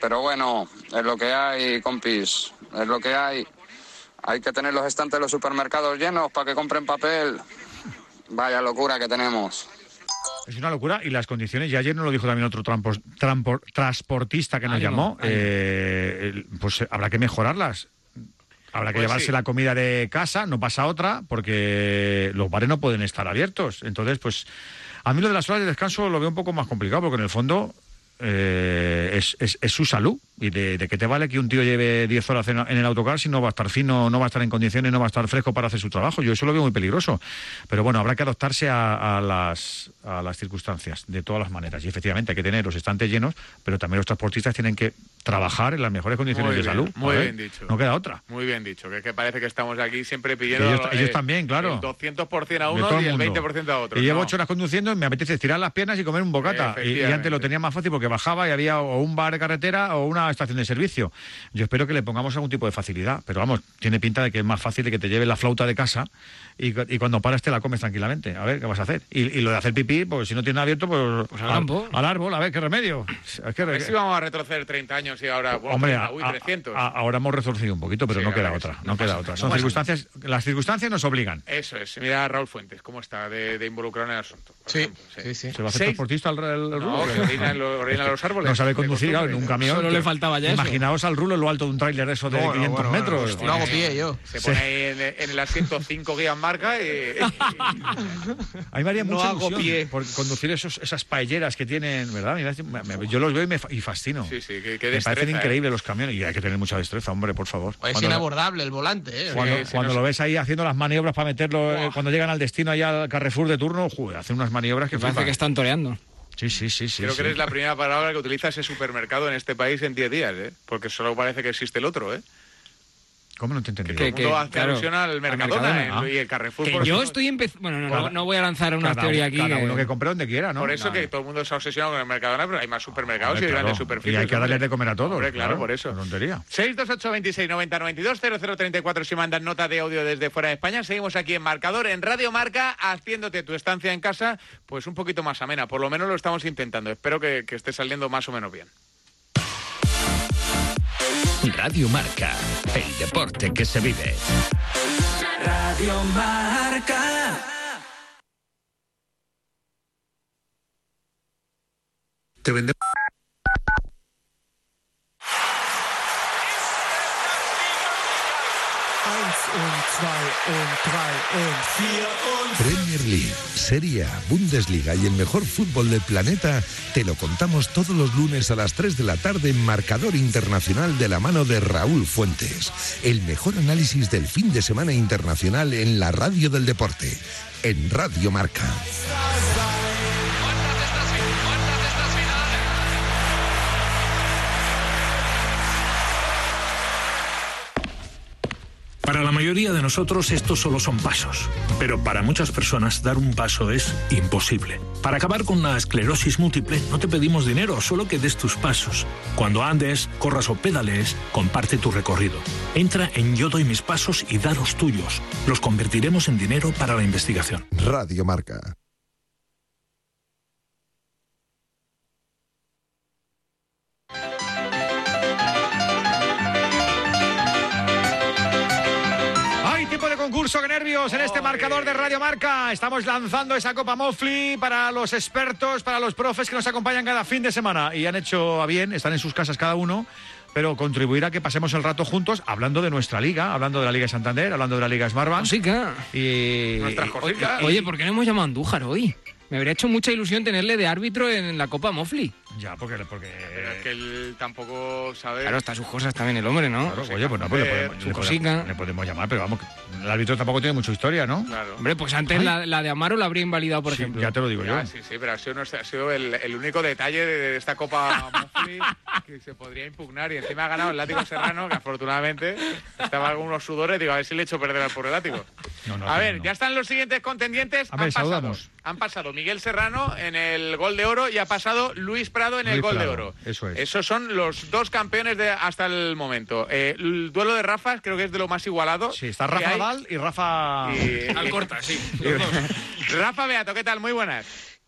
S24: Pero bueno, es lo que hay, compis, es lo que hay. Hay que tener los estantes de los supermercados llenos para que compren papel. Vaya locura que tenemos.
S3: Es una locura y las condiciones, y ayer nos lo dijo también otro trampos- trampo- transportista que nos
S5: Ánimo,
S3: llamó,
S5: ánimo.
S3: eh, el- pues eh, habrá que mejorarlas. Habrá que
S5: Pues
S3: llevarse
S5: sí.
S3: la comida de casa, no pasa otra, porque los bares no pueden estar abiertos. Entonces, pues a mí lo de las horas de descanso lo veo un poco más complicado, porque en el fondo eh, es, es- es su salud. ¿Y de, de qué te vale que un tío lleve 10 horas en, en el autocar si no va a estar fino, no va a estar en condiciones, no va a estar fresco para hacer su trabajo? Yo eso lo veo muy peligroso. Pero bueno, habrá que adaptarse a, a las, a las circunstancias, de todas las maneras. Y efectivamente hay que tener los estantes llenos, pero también los transportistas tienen que trabajar en las mejores condiciones
S2: Muy
S3: de
S2: bien,
S3: salud.
S2: muy
S3: Joder,
S2: bien dicho.
S3: No queda otra.
S2: Muy bien dicho, que es que parece que estamos aquí siempre pidiendo. eh,
S3: Ellos- ellos también, claro.
S2: El 200% a
S3: De
S2: uno
S3: todo
S2: y
S3: el
S2: el
S3: mundo.
S2: 20% a otro.
S3: Y llevo
S2: No.
S3: ocho horas conduciendo y me apetece estirar las piernas y comer un bocata. Y, y antes lo tenía más fácil porque bajaba y había o un bar de carretera o una estación de servicio. Yo espero que le pongamos algún tipo de facilidad, pero vamos, tiene pinta de que es más fácil de que te lleve la flauta de casa y, cu- y cuando paras te la comes tranquilamente. A ver, ¿qué vas a hacer? Y, y lo de hacer pipí, pues si no tienes nada abierto, pues,
S2: al
S3: al,
S2: campo.
S3: al árbol, a ver, ¿qué remedio? Es que-
S2: A ver si vamos a retroceder 30 años y ahora. bueno,
S3: Hombre, a-
S2: uy,
S3: a-
S2: 300.
S3: a- ahora hemos retorcido un poquito, pero
S2: Sí,
S3: no queda
S2: ahora es-
S3: otra.
S2: no
S3: No,
S2: pasa
S3: queda
S2: nada,
S3: otra.
S2: no
S3: Son
S2: pasa
S3: circunstancias, las circunstancias nos obligan.
S2: Eso es. Mira, Raúl Fuentes, ¿cómo está de, de involucrado en el asunto? Sí, sí, sí.
S3: ¿Se va a hacer transportista al, al
S2: No,
S3: rulo?
S2: que orina en lo- orina en los árboles.
S3: No sabe
S2: De
S3: conducir claro, en un
S2: costumbre.
S3: camión.
S2: Solo
S3: tío.
S2: le faltaba ya eso.
S3: Imaginaos al rulo en lo alto de un tráiler eso de
S2: Bueno,
S3: 500
S2: bueno, bueno,
S3: metros.
S2: hostia, eh, Se pone ahí en, en el asiento 5 guías marca y.
S3: A mí me haría
S2: No
S3: mucha
S2: hago
S3: ilusión
S2: pie.
S3: por conducir esos, esas paelleras que tienen, ¿verdad? A mí me hace- me- me- yo los veo y me fa- y fascino.
S2: Sí, sí, que, que
S3: me parecen
S2: destreza, ¿eh?
S3: increíbles los camiones y hay que tener mucha destreza, hombre, por favor.
S7: Pues Es
S3: Cuando-
S7: inabordable el volante, ¿eh?
S3: Cuando,
S7: Sí, sí,
S3: cuando
S7: no
S3: lo
S7: sé.
S3: ves ahí haciendo las maniobras para meterlo, eh, cuando llegan al destino, allá al Carrefour de turno, joder, hacen unas maniobras que
S5: Parece
S3: flipas.
S5: que están toreando.
S3: Sí, sí, sí. sí
S2: Creo
S3: sí.
S2: que eres la primera palabra que utiliza ese supermercado en este país en 10 días, ¿eh? Porque solo parece que existe el otro, ¿eh?
S3: ¿Cómo no te entendí?
S2: Todo el mundo hace alusión al Mercadona,
S3: Mercadona.
S2: el- y el Carrefour.
S5: Que
S2: por
S5: yo
S2: eso-
S5: estoy empezando. Bueno, no,
S2: Cada-
S5: no, no voy a lanzar una
S3: cada
S5: teoría
S3: uno-
S5: aquí.
S3: cada uno que compre donde quiera, Ah, ¿no?
S2: Por eso
S3: No,
S2: que todo el mundo se ha obsesionado con el Mercadona, pero hay más supermercados
S3: Hombre,
S2: y
S3: claro.
S2: grandes superficies.
S3: Y hay que
S2: hombre.
S3: darles de comer a todos.
S2: Hombre, claro, por eso.
S3: no es Tontería.
S2: 628-2690-92-0034 si mandan nota de audio desde fuera de España. Seguimos aquí en Marcador, en Radio Marca, haciéndote tu estancia en casa pues un poquito más amena. Por lo menos lo estamos intentando. Espero que, que esté saliendo más o menos bien.
S25: Radio Marca, el deporte que se vive.
S26: Radio Marca.
S9: Te vendemos. Premier League, Serie A, Bundesliga y el mejor fútbol del planeta te lo contamos todos los lunes a las 3 de la tarde en Marcador Internacional de la mano de Raúl Fuentes. El mejor análisis del fin de semana internacional en la radio del deporte, en Radio Marca.
S17: Para la mayoría de nosotros estos solo son pasos, pero para muchas personas dar un paso es imposible. Para acabar con la esclerosis múltiple no te pedimos dinero, solo que des tus pasos. Cuando andes, corras o pédales, comparte tu recorrido. Entra en Yo doy mis pasos y da los tuyos. Los convertiremos en dinero para la investigación.
S9: Radio Marca.
S3: ¡Ay, tiempo de concurso! ¡Qué nervios! En este marcador de Radio Marca estamos lanzando esa Copa Mofli para los expertos, para los profes que nos acompañan cada fin de semana. Y han hecho a bien, están en sus casas cada uno, pero contribuir a que pasemos el rato juntos hablando de nuestra liga, hablando de la Liga Santander, hablando de la Liga Smartbank. Sí, Y...
S5: Nuestras cositas. Oye, ¿por qué no hemos llamado a Andújar hoy? Me habría hecho mucha ilusión tenerle de árbitro en la Copa Mofli.
S3: Ya, porque... porque...
S2: Pero es que él tampoco sabe.
S5: Claro, está sus cosas también el hombre, ¿no?
S3: Claro, oye, pues no, pues le podemos,
S5: Su
S3: le podemos-
S5: cosica.
S3: le podemos llamar, pero vamos, que el árbitro tampoco tiene mucha historia, ¿no?
S5: Hombre, pues antes
S3: Ay.
S5: la, la de Amaro la habría invalidado, por ejemplo.
S3: ya te lo digo
S2: Ya, sí, sí, pero ha sido, nuestra- ha sido el, el único detalle de, de esta Copa Mofli que se podría impugnar. Y encima ha ganado el látigo Serrano, que afortunadamente estaba con unos sudores. Digo, a ver si le echo perder al pobre látigo. a ver, ya están los siguientes contendientes.
S3: A ver,
S2: han, pasado,
S3: saludamos.
S2: han pasado Miguel Serrano en el gol de oro y ha pasado Luis Prado en el
S3: Luis
S2: gol de
S3: Prado,
S2: oro.
S3: Eso es.
S2: Esos son los dos campeones de hasta el momento. Eh, el duelo de Rafa creo que es de lo más igualado.
S3: Sí, está Rafa Nadal y Rafa...
S2: Alcorta, sí. Rafa Beato, ¿qué tal? Muy buenas.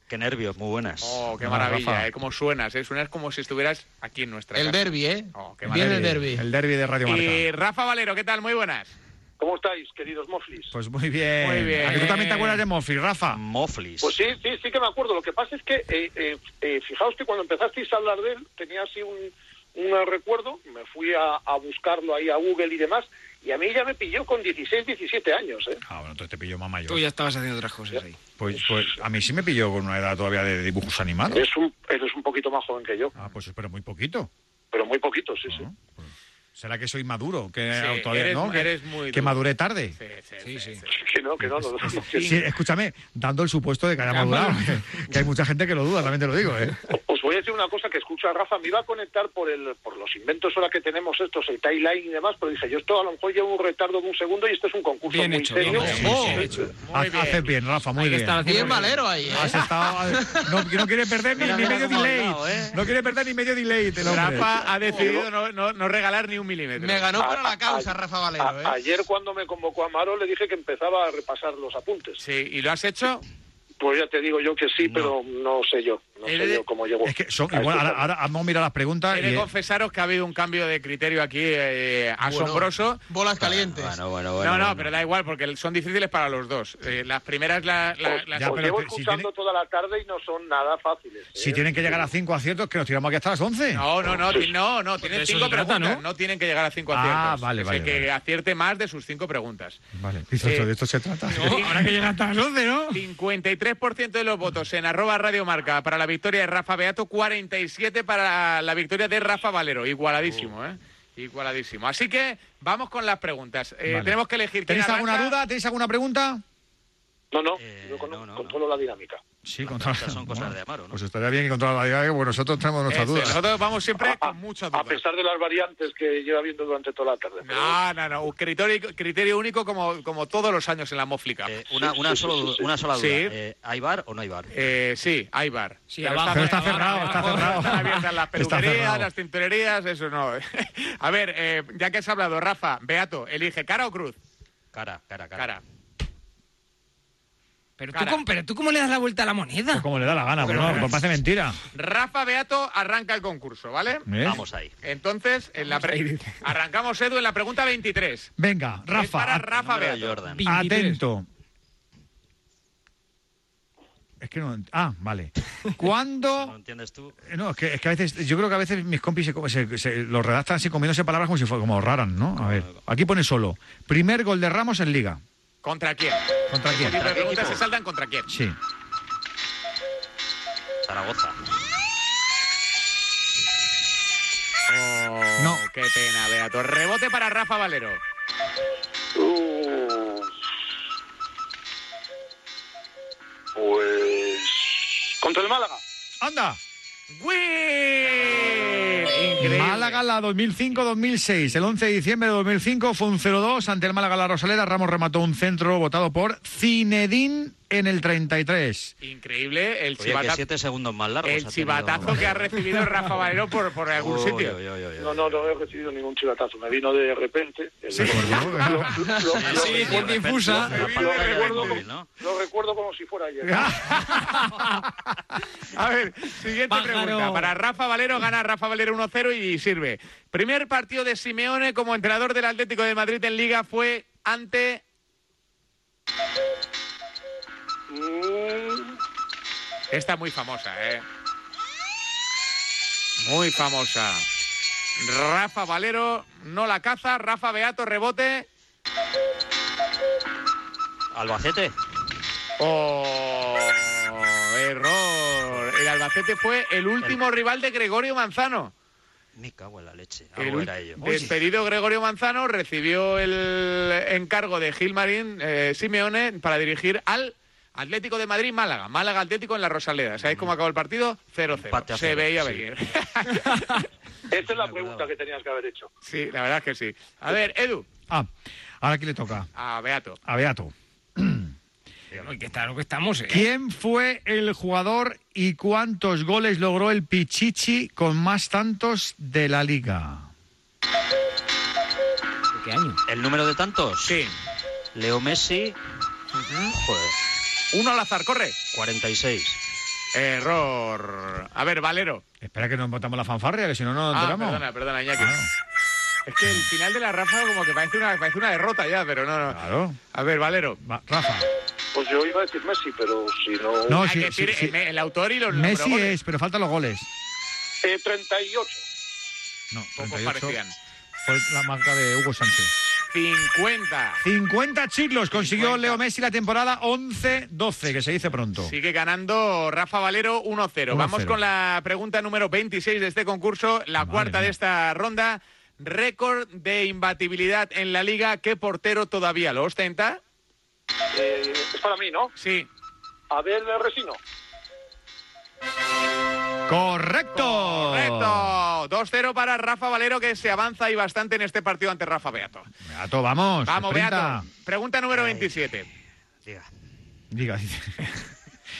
S14: Qué nervios, muy buenas.
S2: Oh, qué
S14: Ah,
S2: maravilla,
S14: Rafa.
S2: ¿eh? Cómo suenas, ¿eh? Suenas como si estuvieras aquí en nuestra
S27: El
S2: casa.
S27: derby, ¿eh?
S2: Oh, qué
S27: Viene el
S2: maravilla.
S27: derby.
S3: El derby de Radio Marca.
S2: Y Rafa Valero, ¿qué tal? Muy buenas.
S1: ¿Cómo estáis, queridos moflis?
S3: Pues muy bien.
S2: Muy bien.
S3: ¿A que tú también te acuerdas de Mofli, Rafa?
S14: Moflis.
S1: Pues sí, sí, sí que me acuerdo. Lo que pasa es que, eh, eh, eh, fijaos que cuando empezasteis a hablar de él, tenía así un, un recuerdo, me fui a, a buscarlo ahí a Google y demás, y a mí ya me pilló con 16, 17 años, ¿eh?
S3: Ah, bueno, entonces te pilló más mayor.
S5: Tú ya estabas haciendo otras cosas ahí.
S3: Pues, pues a mí sí me pilló con una edad todavía de dibujos animados.
S1: Es un, eres un poquito más joven que yo,
S3: Ah, pues pero muy poquito.
S1: pero muy poquito, sí, sí.
S3: ¿Será que soy maduro? Que
S2: Sí,
S3: todavía
S2: eres-
S3: no, que-
S2: eres muy
S3: que
S2: duro.
S3: maduré tarde.
S2: Sí, sí.
S1: Que no, que no, no, no.
S3: Sí, escúchame, dando el supuesto de que haya madurado, que hay mucha gente que lo duda, también te lo digo, ¿eh?
S1: Os voy a decir una cosa que escucha Rafa, me iba a conectar por el por los inventos ahora que tenemos estos, el tie line y demás, pero dije, yo esto a lo mejor llevo un retardo de un segundo y esto es un concurso muy serio. Oh,
S3: Ha- Haces bien, Rafa, muy bien.
S27: estar haciendo Bien valero ahí, ¿eh?
S3: Has estado- no, no quiere perder ni,
S2: Mira,
S3: ni
S2: mira
S3: medio
S2: cómo ha
S3: delay.
S2: hablado, ¿eh?
S3: No quiere perder ni medio delay. el hombre.
S2: Rafa ha decidido no, no- no regalar ni un milímetro.
S27: Me ganó
S1: Ah,
S27: para la causa,
S1: a-
S27: Rafa Valero, ¿eh?
S1: a- ayer cuando me convocó Amaro le dije que empezaba a repasar los apuntes.
S2: Sí, ¿y lo has hecho?
S1: Pues ya te digo yo que sí, pero no sé yo, no sé yo cómo llegó.
S3: Es que son,
S1: a
S3: igual,
S1: este
S3: ahora,
S1: examen.
S3: ahora vamos a mirar las preguntas.
S2: He
S3: y,
S2: de
S3: eh,
S2: confesaros que ha habido un cambio de criterio aquí eh, asombroso.
S27: Bolas calientes.
S14: bueno,
S2: no, no, pero da igual, porque son difíciles para los dos. Eh, las primeras la- la- las...
S3: Oh, Ya,
S1: Os
S3: pero
S1: llevo
S3: que- si
S1: escuchando toda la tarde y no son nada fáciles. ¿eh?
S3: si tienen que llegar a 5 aciertos, que nos tiramos aquí hasta las 11.
S2: No, no, no, ti- no, no, tienen
S3: de eso
S2: cinco
S3: se trata,
S2: preguntas, ¿no?
S3: ¿no?
S2: tienen que llegar a cinco
S3: Ah,
S2: aciertos.
S3: vale,
S2: Es
S3: vale,
S2: el que acierte más de sus cinco preguntas.
S3: Vale, dice,
S2: Eh,
S3: de esto se trata.
S2: ahora que llega hasta las 11, ¿no? 53% de los votos en arroba Radio Marca para la victoria de Rafa Beato, 47 para la victoria de Rafa Valero. Igualadísimo, ¿eh? Igualadísimo. Así que vamos con las preguntas. Eh,
S3: Vale.
S2: Tenemos que elegir quién
S3: ¿Tenéis alguna
S2: arranca.
S3: duda? ¿Tenéis alguna pregunta?
S1: No, no, yo con- controlo la dinámica.
S3: Sí, controla.
S14: Son cosas de Amaro, ¿no?
S3: Pues estaría bien que controlara la dinámica, porque nosotros tenemos nuestras
S2: Eso,
S3: dudas.
S2: Este, Nosotros vamos siempre con muchas dudas.
S1: A pesar de las variantes que lleva viendo durante toda la tarde.
S2: No, no, no. un Criterio, criterio único como, como todos los años en la Móflica.
S14: Eh, Una, una, solo- una sola duda.
S2: Sí,
S14: Eh, ¿Hay bar o no hay bar?
S2: eh, sí, hay bar. Sí,
S14: abajo,
S3: Pero está cerrado, está cerrado.
S2: Están abiertas las
S3: Está
S2: peluquerías,
S3: cerrado.
S2: las tintorerías, eso no. A ver, eh, ya que has hablado, Rafa, Beato, elige cara o cruz.
S14: Cara, cara, cara.
S2: Cara.
S5: Pero tú,
S2: Cara.
S5: cómo, pero tú cómo le das la vuelta a la moneda.
S3: Pues Como le da la gana, pero no, pues parece mentira.
S2: Rafa Beato arranca el concurso, ¿vale?
S3: ¿Eh? Vamos
S14: ahí.
S2: Entonces, en la pre- arrancamos, Edu, en la pregunta 23.
S3: Venga,
S14: Ah,
S2: Es para Rafa
S3: Rafa,
S2: Beato.
S3: atento. Es que no. ent- Ah, vale. ¿Cuándo.?
S10: ¿No entiendes tú?
S3: Eh, No, es que, es que a veces. Yo creo que a veces mis compis se, co- se- se- lo redactan así comiéndose palabras como si fuera como raras, ¿no? A ver. Aquí pone solo. Primer gol de Ramos en Liga.
S2: ¿Contra quién?
S3: ¿Contra quién?
S2: Ese tipo de preguntas se saltan contra quién.
S3: Sí.
S10: Zaragoza.
S2: no. Oh, Qué pena, Beato. Rebote para Rafa Valero.
S17: Pues. Contra el Málaga.
S3: ¡Anda!
S2: Increíble.
S3: Málaga, la 2005-2006. El 11 de diciembre de 2005 fue un 0-2 ante el Málaga La Rosaleda. Ramos remató un centro votado por Zinedine en el 33.
S2: Increíble el
S10: Oye, que
S2: chivatazo.
S10: siete segundos más largos.
S2: El chivatazo que ha recibido Rafa Valero por, por algún
S10: Uy,
S2: sitio.
S10: uy,
S17: No, no, no he recibido ningún chivatazo. Me vino de repente. Sí,
S2: Sí, bien difusa.
S17: Lo recuerdo como- lo recuerdo como si fuera ayer.
S2: A ver, siguiente pregunta. Para Rafa Valero, gana Rafa Valero 1-0 y sirve. Primer partido de Simeone como entrenador del Atlético de Madrid en Liga fue ante. Esta muy famosa, ¿eh? Muy famosa. Rafa Valero no la caza, Rafa Beato rebote.
S10: Albacete.
S2: ¡Oh! Error. El Albacete fue el último rival de Gregorio Manzano.
S10: Me cago en la leche.
S2: El
S10: Algo era
S2: ulti-
S10: ello.
S2: Despedido Gregorio Manzano recibió el encargo de Gil Marín eh, Simeone para dirigir al Atlético de Madrid Málaga. Málaga Atlético en la Rosaleda. ¿Sabéis cómo acabó el partido? 0-0. Se
S17: cero,
S2: veía
S17: sí.
S2: venir.
S17: Esa es la pregunta que tenías que haber hecho.
S2: Sí, la verdad es que sí. A ver, Edu,
S3: Ah, ahora aquí le toca.
S2: a Beato.
S3: A Beato.
S5: que está lo que estamos, ¿eh?
S3: ¿Quién fue el jugador y cuántos goles logró el Pichichi con más tantos de la liga?
S10: ¿Qué año? ¿El número de tantos? Sí. Leo Messi. Joder.
S2: Uno al azar, corre.
S10: 46.
S2: Error. A ver, Valero.
S3: Espera que nos botamos la fanfarria, que si no, no nos
S2: Ah,
S3: enteramos.
S2: perdona, perdona, Iñaki. Es que el final de la ráfaga como que parece una, parece una derrota ya, pero no, no.
S3: Claro.
S2: A ver, Valero.
S3: Rafa.
S17: Pues yo iba a decir Messi, pero si no.
S3: No,
S2: Hay
S3: sí,
S2: Ah, que decir
S3: sí, sí.
S2: el, el autor y los
S3: Messi
S2: números.
S3: es, pero faltan los goles.
S17: Eh, 38.
S3: No,
S2: Pocos
S3: 38
S2: parecían.
S3: fue la marca de Hugo Sánchez.
S2: 50.
S3: 50 chiclos consiguió Leo Messi la temporada 11-12, que se dice pronto.
S2: Sigue ganando Rafa Valero 1-0. Vamos
S3: 1-0.
S2: con la pregunta número 26 de este concurso, la cuarta de esta ronda. Récord de imbatibilidad en la liga. ¿Qué portero todavía lo ostenta?
S17: Eh, es para mí, ¿no?
S2: Sí.
S17: A ver, Resino.
S3: ¡Correcto!
S2: Correcto. 2-0 para Rafa Valero que se avanza y bastante en este partido ante Rafa Beato.
S3: Beato, vamos.
S2: Vamos,
S3: esprinta.
S2: Beato. Pregunta número 27.
S3: Diga,
S2: ¿Quién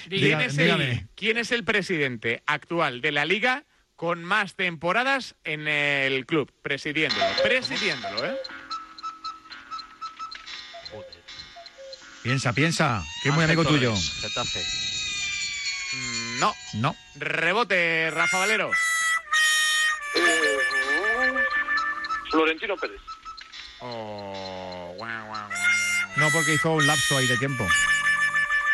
S3: Diga-
S2: es, el,
S3: dígame.
S2: quién es el presidente actual de la liga con más temporadas en el club? Presidiéndolo, presidiéndolo, ¿eh?
S3: piensa, piensa, que es muy amigo tuyo.
S10: Getafe.
S2: Mm, No.
S3: No.
S2: Rebote, Rafa Valero.
S17: Eh, Florentino Pérez.
S2: Oh, guau, guau, guau.
S3: No, porque hizo un lapso ahí de tiempo.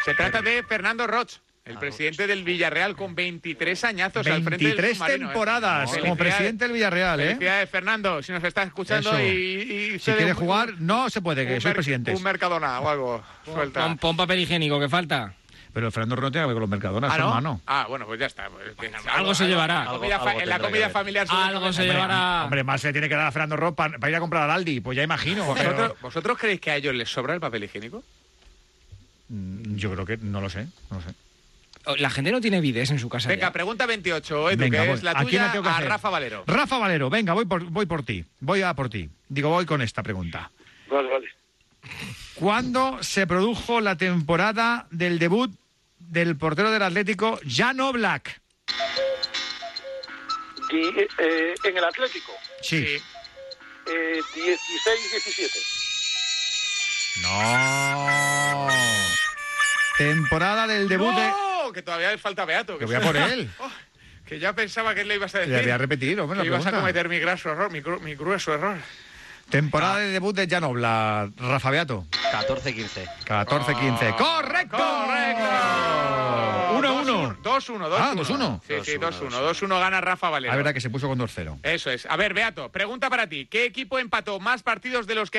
S2: Se trata de Fernando Roch.
S3: Ah,
S2: El presidente del Villarreal con 23 añazos al frente del
S3: 23
S2: submarino, ¿eh?
S3: temporadas como
S2: Felicidades-
S3: presidente del Villarreal, ¿eh?
S2: Felicidades, Fernando, si nos estás escuchando
S3: Eso.
S2: y, y- y
S3: Si
S2: cede
S3: quieres
S2: un-
S3: jugar, no se puede, que
S2: un
S3: soy
S2: mer-
S3: presidente.
S2: Un Mercadona o algo. Suelta.
S5: Pon, pon papel higiénico, que falta.
S3: Pero Fernando Rono tiene que ver con los mercadonas,
S5: Ah, ¿no?
S3: hermano.
S2: Ah, bueno, pues ya está. pues, que-
S5: algo se llevará.
S2: la comida
S5: Algo- algo
S2: fa- en la
S5: tendrá que
S2: comida
S5: ver.
S2: familiar.
S5: Algo se
S2: Hombre,
S5: llevará.
S3: Hombre, más se tiene que dar a Fernando Rono para ir a comprar al Aldi, pues ya imagino.
S2: ¿Vosotros,
S3: pero-
S2: vosotros creéis que a ellos les sobra el papel higiénico?
S5: Pues
S3: Mm, Yo creo que no lo sé, no lo sé.
S5: Oh, La gente no tiene vides en su casa.
S2: Venga, pregunta 28, Edu,
S3: Venga,
S2: que
S3: voy.
S2: es la
S3: ¿A quién
S2: tuya,
S3: la tengo que
S2: a
S3: hacer?
S2: Rafa Valero.
S3: Rafa Valero, venga, voy por, voy por ti. Voy a por ti. Digo, voy con esta pregunta.
S17: Vale, vale.
S3: ¿Cuándo se produjo la temporada del debut del portero del Atlético, Jan Oblak?
S17: Di- eh, en el Atlético.
S3: Sí.
S17: Eh, 16-17.
S3: No. Temporada del debut de...
S2: ¡No! Que todavía le falta Beato.
S3: Que voy a por él.
S2: Oh, que ya pensaba que le ibas a decir.
S3: Le voy a repetir, hombre, la
S2: que ibas a
S3: pregunta.
S2: cometer mi graso error, mi, gru- mi grueso error.
S3: Temporada de debut de Jan Oblak, Rafa Beato.
S10: 14-15.
S3: 14-15. ¡Correcto!
S2: Ah, ¡Correcto! 2-1, 2-1.
S3: Ah, 2-1.
S2: Sí, sí, 2-1. 2-1 gana Rafa
S3: Ah,
S2: Valero.
S3: La verdad que se puso con 2-0.
S2: Eso es. A ver, Beato, pregunta para ti. ¿Qué equipo empató más partidos de los que